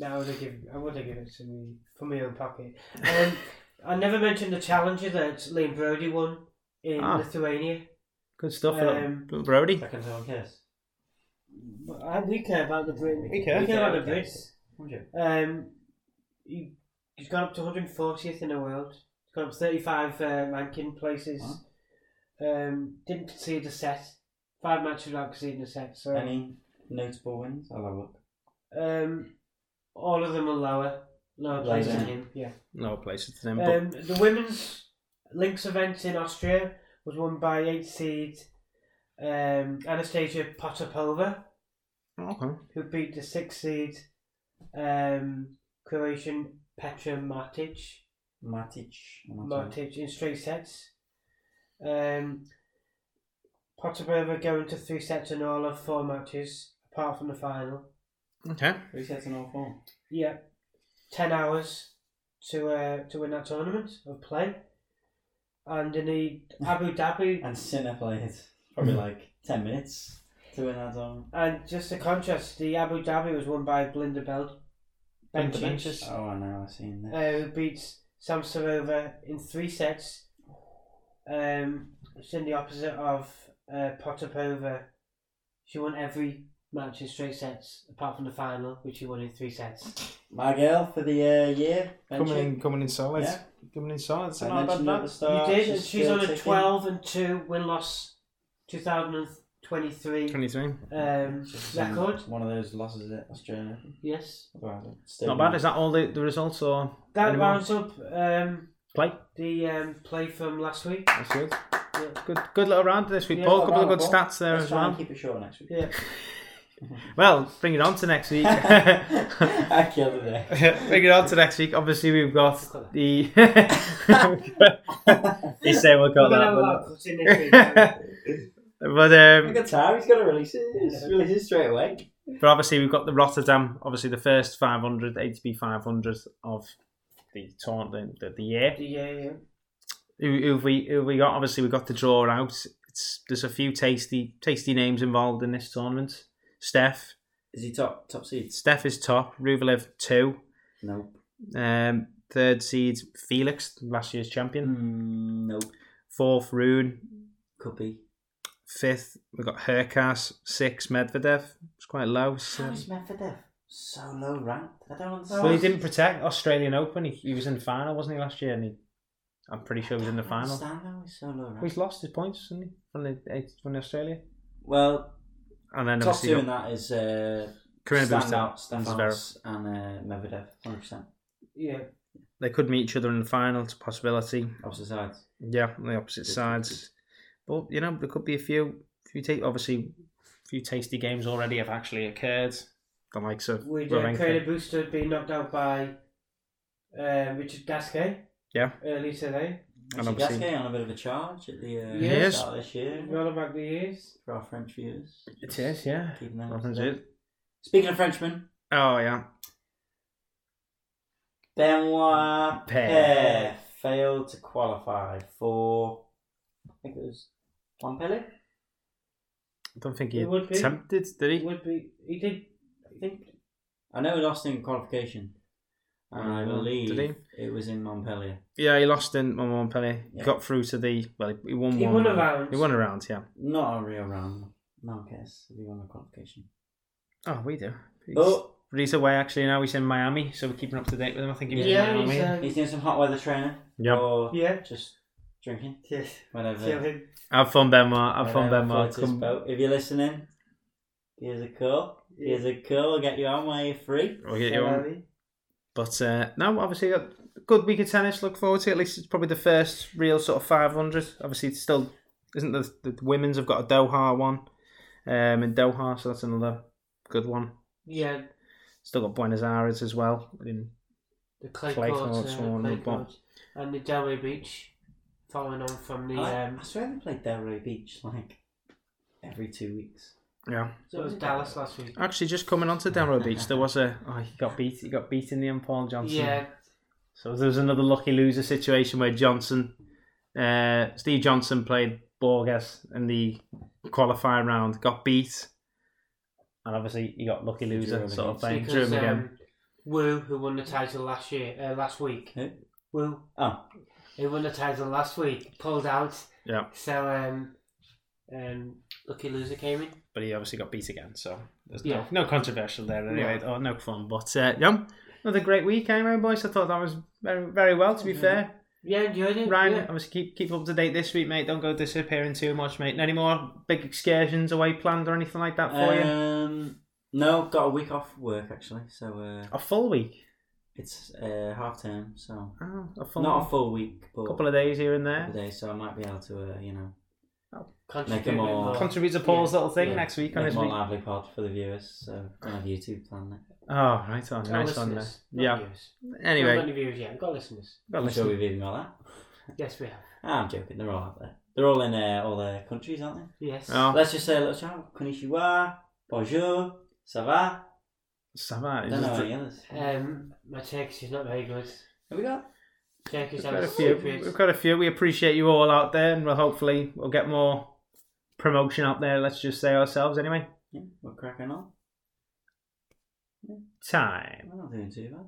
[SPEAKER 3] No, I would have given. I would have given it to me from my own pocket. Um, I never mentioned the challenger that Liam Brody won in
[SPEAKER 1] Ah.
[SPEAKER 3] Lithuania.
[SPEAKER 1] good stuff for
[SPEAKER 3] Um,
[SPEAKER 1] that, Brody.
[SPEAKER 2] Second time kiss.
[SPEAKER 3] But Um, I, we care about the Brit.
[SPEAKER 1] We care.
[SPEAKER 3] We care about the
[SPEAKER 2] Okay.
[SPEAKER 3] Brits.
[SPEAKER 2] Would you?
[SPEAKER 3] Um, he, he's gone up to 140th in the world. He's gone up 35 uh, ranking places. Um, didn't concede a set. Five matches without conceding a set. So
[SPEAKER 2] Any notable wins? I'll have a look.
[SPEAKER 3] um, all of them are lower, lower
[SPEAKER 2] Lower
[SPEAKER 3] places than
[SPEAKER 2] down.
[SPEAKER 3] him. Yeah.
[SPEAKER 1] No place to them, but
[SPEAKER 3] Um, the women's links event in Austria was won by eight seed um, Anastasia Potapova, um,
[SPEAKER 1] okay.
[SPEAKER 3] who beat the six seed um, Croatian Petra Matic,
[SPEAKER 2] Matic.
[SPEAKER 3] Matic in straight sets. Um, Potapova going to three sets in all of four matches, apart from the final.
[SPEAKER 1] Okay.
[SPEAKER 2] Three sets in all four.
[SPEAKER 3] Yeah, ten hours to uh, to win that tournament of play, and in the Abu Dhabi,
[SPEAKER 2] And Sinner played probably like 10 minutes to win that on.
[SPEAKER 3] and just the contrast, the Abu Dhabi was won by Belinda Bel-
[SPEAKER 1] Belinda
[SPEAKER 3] Bencic,
[SPEAKER 1] Bencic.
[SPEAKER 2] Oh, I know, I've seen that.
[SPEAKER 3] uh, who beats Samsonova in three sets. Um, it's in the opposite of uh, Potapova. She won every match in straight sets, apart from the final, which she won in three sets.
[SPEAKER 2] My girl for the uh, year.
[SPEAKER 1] Coming
[SPEAKER 2] Benji.
[SPEAKER 1] in, coming in solid.
[SPEAKER 2] Yeah.
[SPEAKER 1] Coming in solid. So
[SPEAKER 2] I
[SPEAKER 1] not bad
[SPEAKER 2] mentioned at the
[SPEAKER 1] that.
[SPEAKER 3] You
[SPEAKER 2] start.
[SPEAKER 3] did, and she's
[SPEAKER 2] still
[SPEAKER 3] on a
[SPEAKER 2] ticking.
[SPEAKER 3] twelve and two win loss, two thousand and twenty-three.
[SPEAKER 1] Twenty-three.
[SPEAKER 3] um,
[SPEAKER 2] She's on
[SPEAKER 3] record.
[SPEAKER 2] One of those losses at Australia.
[SPEAKER 3] Yes.
[SPEAKER 2] Otherwise, I'd still
[SPEAKER 1] Not
[SPEAKER 2] be-
[SPEAKER 1] bad. Is that all the, the results or
[SPEAKER 3] That
[SPEAKER 1] Anyone?
[SPEAKER 3] rounds up um,
[SPEAKER 1] play?
[SPEAKER 3] the um, play from last week.
[SPEAKER 1] That's good. Good, good little round this week.
[SPEAKER 3] Yeah,
[SPEAKER 1] Paul,
[SPEAKER 2] not
[SPEAKER 1] couple of
[SPEAKER 2] bad,
[SPEAKER 1] good
[SPEAKER 2] Paul.
[SPEAKER 1] stats there
[SPEAKER 2] Let's
[SPEAKER 1] as
[SPEAKER 2] try
[SPEAKER 1] well.
[SPEAKER 2] and keep it short next week.
[SPEAKER 3] Yeah.
[SPEAKER 1] Well, bring it on to next week.
[SPEAKER 2] I killed it there.
[SPEAKER 1] bring it on to next week. Obviously, we've got the. they say we've got
[SPEAKER 3] We're gonna
[SPEAKER 1] that,
[SPEAKER 3] have a
[SPEAKER 1] but,
[SPEAKER 3] lot of cuts in this week, aren't we?
[SPEAKER 1] but
[SPEAKER 2] Look
[SPEAKER 1] um,
[SPEAKER 2] at time, he's going to release it. He's release it straight away.
[SPEAKER 1] but obviously we've got the Rotterdam. Obviously, the first 500 ATP 500 of the tournament the, the year.
[SPEAKER 3] yeah, yeah.
[SPEAKER 1] Who, who've we who have we got? Obviously, we got the draw out. It's there's a few tasty tasty names involved in this tournament. Steph,
[SPEAKER 2] Is he top top seeds?
[SPEAKER 1] Steph is top. Rublev two.
[SPEAKER 2] Nope.
[SPEAKER 1] Um, third seed Felix, last year's champion.
[SPEAKER 2] Mm, nope.
[SPEAKER 1] Fourth Rune.
[SPEAKER 2] Could be.
[SPEAKER 1] Fifth, we got Herkas. Six, Medvedev. It's quite low.
[SPEAKER 2] How
[SPEAKER 1] So.
[SPEAKER 2] is Medvedev so low ranked? I don't understand.
[SPEAKER 1] Well, he didn't protect Australian Open. He, he was in the final, wasn't he, last year? And he, I'm pretty sure he was in the
[SPEAKER 2] I don't
[SPEAKER 1] final.
[SPEAKER 2] understand how he's so low ranked.
[SPEAKER 1] He's lost his points, hasn't he, from the eight- from Australia?
[SPEAKER 2] Well,
[SPEAKER 1] And then
[SPEAKER 2] top
[SPEAKER 1] obviously
[SPEAKER 2] two
[SPEAKER 1] you
[SPEAKER 2] in that is uh,
[SPEAKER 1] Karina
[SPEAKER 2] standout,
[SPEAKER 1] Booster and Zverev.
[SPEAKER 2] standouts and uh, Medvedev, hundred percent.
[SPEAKER 3] Yeah.
[SPEAKER 1] They could meet each other in the final. It's a possibility.
[SPEAKER 2] Opposite sides.
[SPEAKER 1] Yeah, on the opposite
[SPEAKER 2] Good,
[SPEAKER 1] sides. But you know, there could be a few, few ta- obviously, few tasty games already have actually occurred. The likes of
[SPEAKER 3] With uh,
[SPEAKER 1] Wawrinka.
[SPEAKER 3] Craig Booster being knocked out by uh, Richard Gasquet.
[SPEAKER 1] Yeah.
[SPEAKER 3] Earlier today.
[SPEAKER 2] Actually,
[SPEAKER 1] obviously-
[SPEAKER 2] Gasquet on a bit of a charge at the uh,
[SPEAKER 3] He
[SPEAKER 1] is.
[SPEAKER 2] start of this year
[SPEAKER 3] Roll back the years.
[SPEAKER 2] for our French viewers.
[SPEAKER 1] It is, yeah.
[SPEAKER 2] Keeping them up to
[SPEAKER 1] Nothing's
[SPEAKER 2] date.
[SPEAKER 1] it.
[SPEAKER 2] Speaking of Frenchmen,
[SPEAKER 1] Oh yeah,
[SPEAKER 2] Benoit
[SPEAKER 1] Paire.
[SPEAKER 2] Paire failed to qualify for, I think it was Montpellier.
[SPEAKER 1] I don't think he
[SPEAKER 3] It would be.
[SPEAKER 1] attempted, did
[SPEAKER 3] It
[SPEAKER 1] he?
[SPEAKER 3] would be. He did.
[SPEAKER 2] I think I know he lost in qualification, and I
[SPEAKER 1] Mm,
[SPEAKER 2] believe
[SPEAKER 1] did
[SPEAKER 2] it was in Montpellier.
[SPEAKER 1] Yeah, he lost in on Montpellier. He
[SPEAKER 2] Yeah.
[SPEAKER 1] got through to the well. He won
[SPEAKER 3] He
[SPEAKER 1] one.
[SPEAKER 3] won a round.
[SPEAKER 1] He won a round. Yeah.
[SPEAKER 2] Not a real round. Marquez, if you want a qualification.
[SPEAKER 1] Oh, we do. He's,
[SPEAKER 2] But
[SPEAKER 1] but he's away actually now. He's in Miami, so we're keeping up to date with him. I think he was
[SPEAKER 3] Yeah,
[SPEAKER 1] in
[SPEAKER 3] he's,
[SPEAKER 1] Miami.
[SPEAKER 3] uh,
[SPEAKER 2] he's doing some hot weather training,
[SPEAKER 1] Yep.
[SPEAKER 2] or
[SPEAKER 3] yeah.
[SPEAKER 2] just drinking
[SPEAKER 3] Yes.
[SPEAKER 2] whenever.
[SPEAKER 3] Chilling.
[SPEAKER 1] Have fun, Benoit. Have fun,
[SPEAKER 2] whenever
[SPEAKER 1] Benoit.
[SPEAKER 2] floats his
[SPEAKER 1] Come-
[SPEAKER 2] boat. If you're listening, here's a call. Here's a call. We'll get you on while you're free.
[SPEAKER 1] We'll get you on.
[SPEAKER 3] Ferrari.
[SPEAKER 1] But uh, no, obviously a good week of tennis. Look forward to it. at least it's probably the first real sort of five hundred. Obviously, it's still isn't the, the women's have got a Doha one um, in Doha, so that's another good one.
[SPEAKER 3] Yeah.
[SPEAKER 1] Still got Buenos Aires as well. In,
[SPEAKER 3] The clay,
[SPEAKER 1] Clay
[SPEAKER 3] courts.
[SPEAKER 1] courts,
[SPEAKER 3] Uh,
[SPEAKER 1] one,
[SPEAKER 3] clay
[SPEAKER 1] one.
[SPEAKER 3] courts. And the Delray Beach, following on from the.
[SPEAKER 2] I,
[SPEAKER 3] Um,
[SPEAKER 2] I swear they played Delray Beach like every two weeks.
[SPEAKER 1] yeah,
[SPEAKER 3] so it was Dallas last week.
[SPEAKER 1] actually, just coming onto Denver Beach, there was a oh, he got beat. He got beat in the end, Paul Johnson.
[SPEAKER 3] Yeah.
[SPEAKER 1] So there was another lucky loser situation where Johnson, uh, Steve Johnson played Borges in the qualifying round, got beat, and obviously he got lucky
[SPEAKER 2] Drew
[SPEAKER 1] loser
[SPEAKER 2] him
[SPEAKER 1] sort of
[SPEAKER 2] again.
[SPEAKER 1] thing.
[SPEAKER 3] because,
[SPEAKER 1] Drew him again.
[SPEAKER 3] Um, Wu, who won the title last year, uh, last week.
[SPEAKER 2] Who?
[SPEAKER 3] Wu,
[SPEAKER 2] Oh,
[SPEAKER 3] who won the title last week, pulled out.
[SPEAKER 1] Yeah,
[SPEAKER 3] So um, um, lucky loser came in.
[SPEAKER 1] but he obviously got beat again. So there's
[SPEAKER 3] Yeah.
[SPEAKER 1] no, no controversial there anyway, or no fun. But uh, yeah, another great week anyway, boys. I thought that was very, very well. To be
[SPEAKER 2] Yeah.
[SPEAKER 1] fair,
[SPEAKER 3] Yeah, enjoyed it.
[SPEAKER 1] Ryan,
[SPEAKER 3] yeah.
[SPEAKER 1] obviously keep keep up to date this week, mate. Don't go disappearing too much, mate. Any more big excursions away planned or anything like that for you?
[SPEAKER 2] um, no, got a week off work actually, so uh,
[SPEAKER 1] A full week.
[SPEAKER 2] it's uh, half term, so
[SPEAKER 1] Oh, a full
[SPEAKER 2] not a full week, but
[SPEAKER 1] couple of days here and there.
[SPEAKER 2] couple of days, so I might be able to, uh, you know,
[SPEAKER 3] Contribute
[SPEAKER 2] Make 'em
[SPEAKER 3] a bit
[SPEAKER 2] all-
[SPEAKER 3] more.
[SPEAKER 1] Contribute to Paul's little thing
[SPEAKER 2] Yeah.
[SPEAKER 1] next week on
[SPEAKER 2] make
[SPEAKER 1] his
[SPEAKER 2] more
[SPEAKER 1] week.
[SPEAKER 2] lively pod for the viewers. So don't have YouTube planned it.
[SPEAKER 1] Oh, right on,
[SPEAKER 3] Got
[SPEAKER 1] nice one. there.
[SPEAKER 3] listeners, not
[SPEAKER 1] Yeah.
[SPEAKER 3] viewers. We've got
[SPEAKER 1] Anyway,
[SPEAKER 3] any viewers yet. We've got listeners.
[SPEAKER 1] got
[SPEAKER 2] I'm sure
[SPEAKER 1] listen.
[SPEAKER 2] we've even got that.
[SPEAKER 3] Yes, we have.
[SPEAKER 2] Ah, I'm joking. They're all out there. They're all in uh, all their countries, aren't they?
[SPEAKER 3] Yes.
[SPEAKER 1] Oh,
[SPEAKER 2] Let's just say a little ciao. Konnichiwa. Bonjour. Ça va?
[SPEAKER 1] Savard
[SPEAKER 2] I
[SPEAKER 1] is
[SPEAKER 2] don't know
[SPEAKER 1] just-
[SPEAKER 2] any others.
[SPEAKER 3] Um, my Turkish is not very good.
[SPEAKER 2] Have we got?
[SPEAKER 3] Turkish
[SPEAKER 1] We've
[SPEAKER 3] and
[SPEAKER 1] got a few.
[SPEAKER 3] Cypriot.
[SPEAKER 1] We've got a few. We appreciate you all out there, and we'll hopefully we'll get more promotion out there. Let's just say ourselves anyway.
[SPEAKER 2] Yeah, we're cracking on.
[SPEAKER 1] Time.
[SPEAKER 2] We're not doing too bad.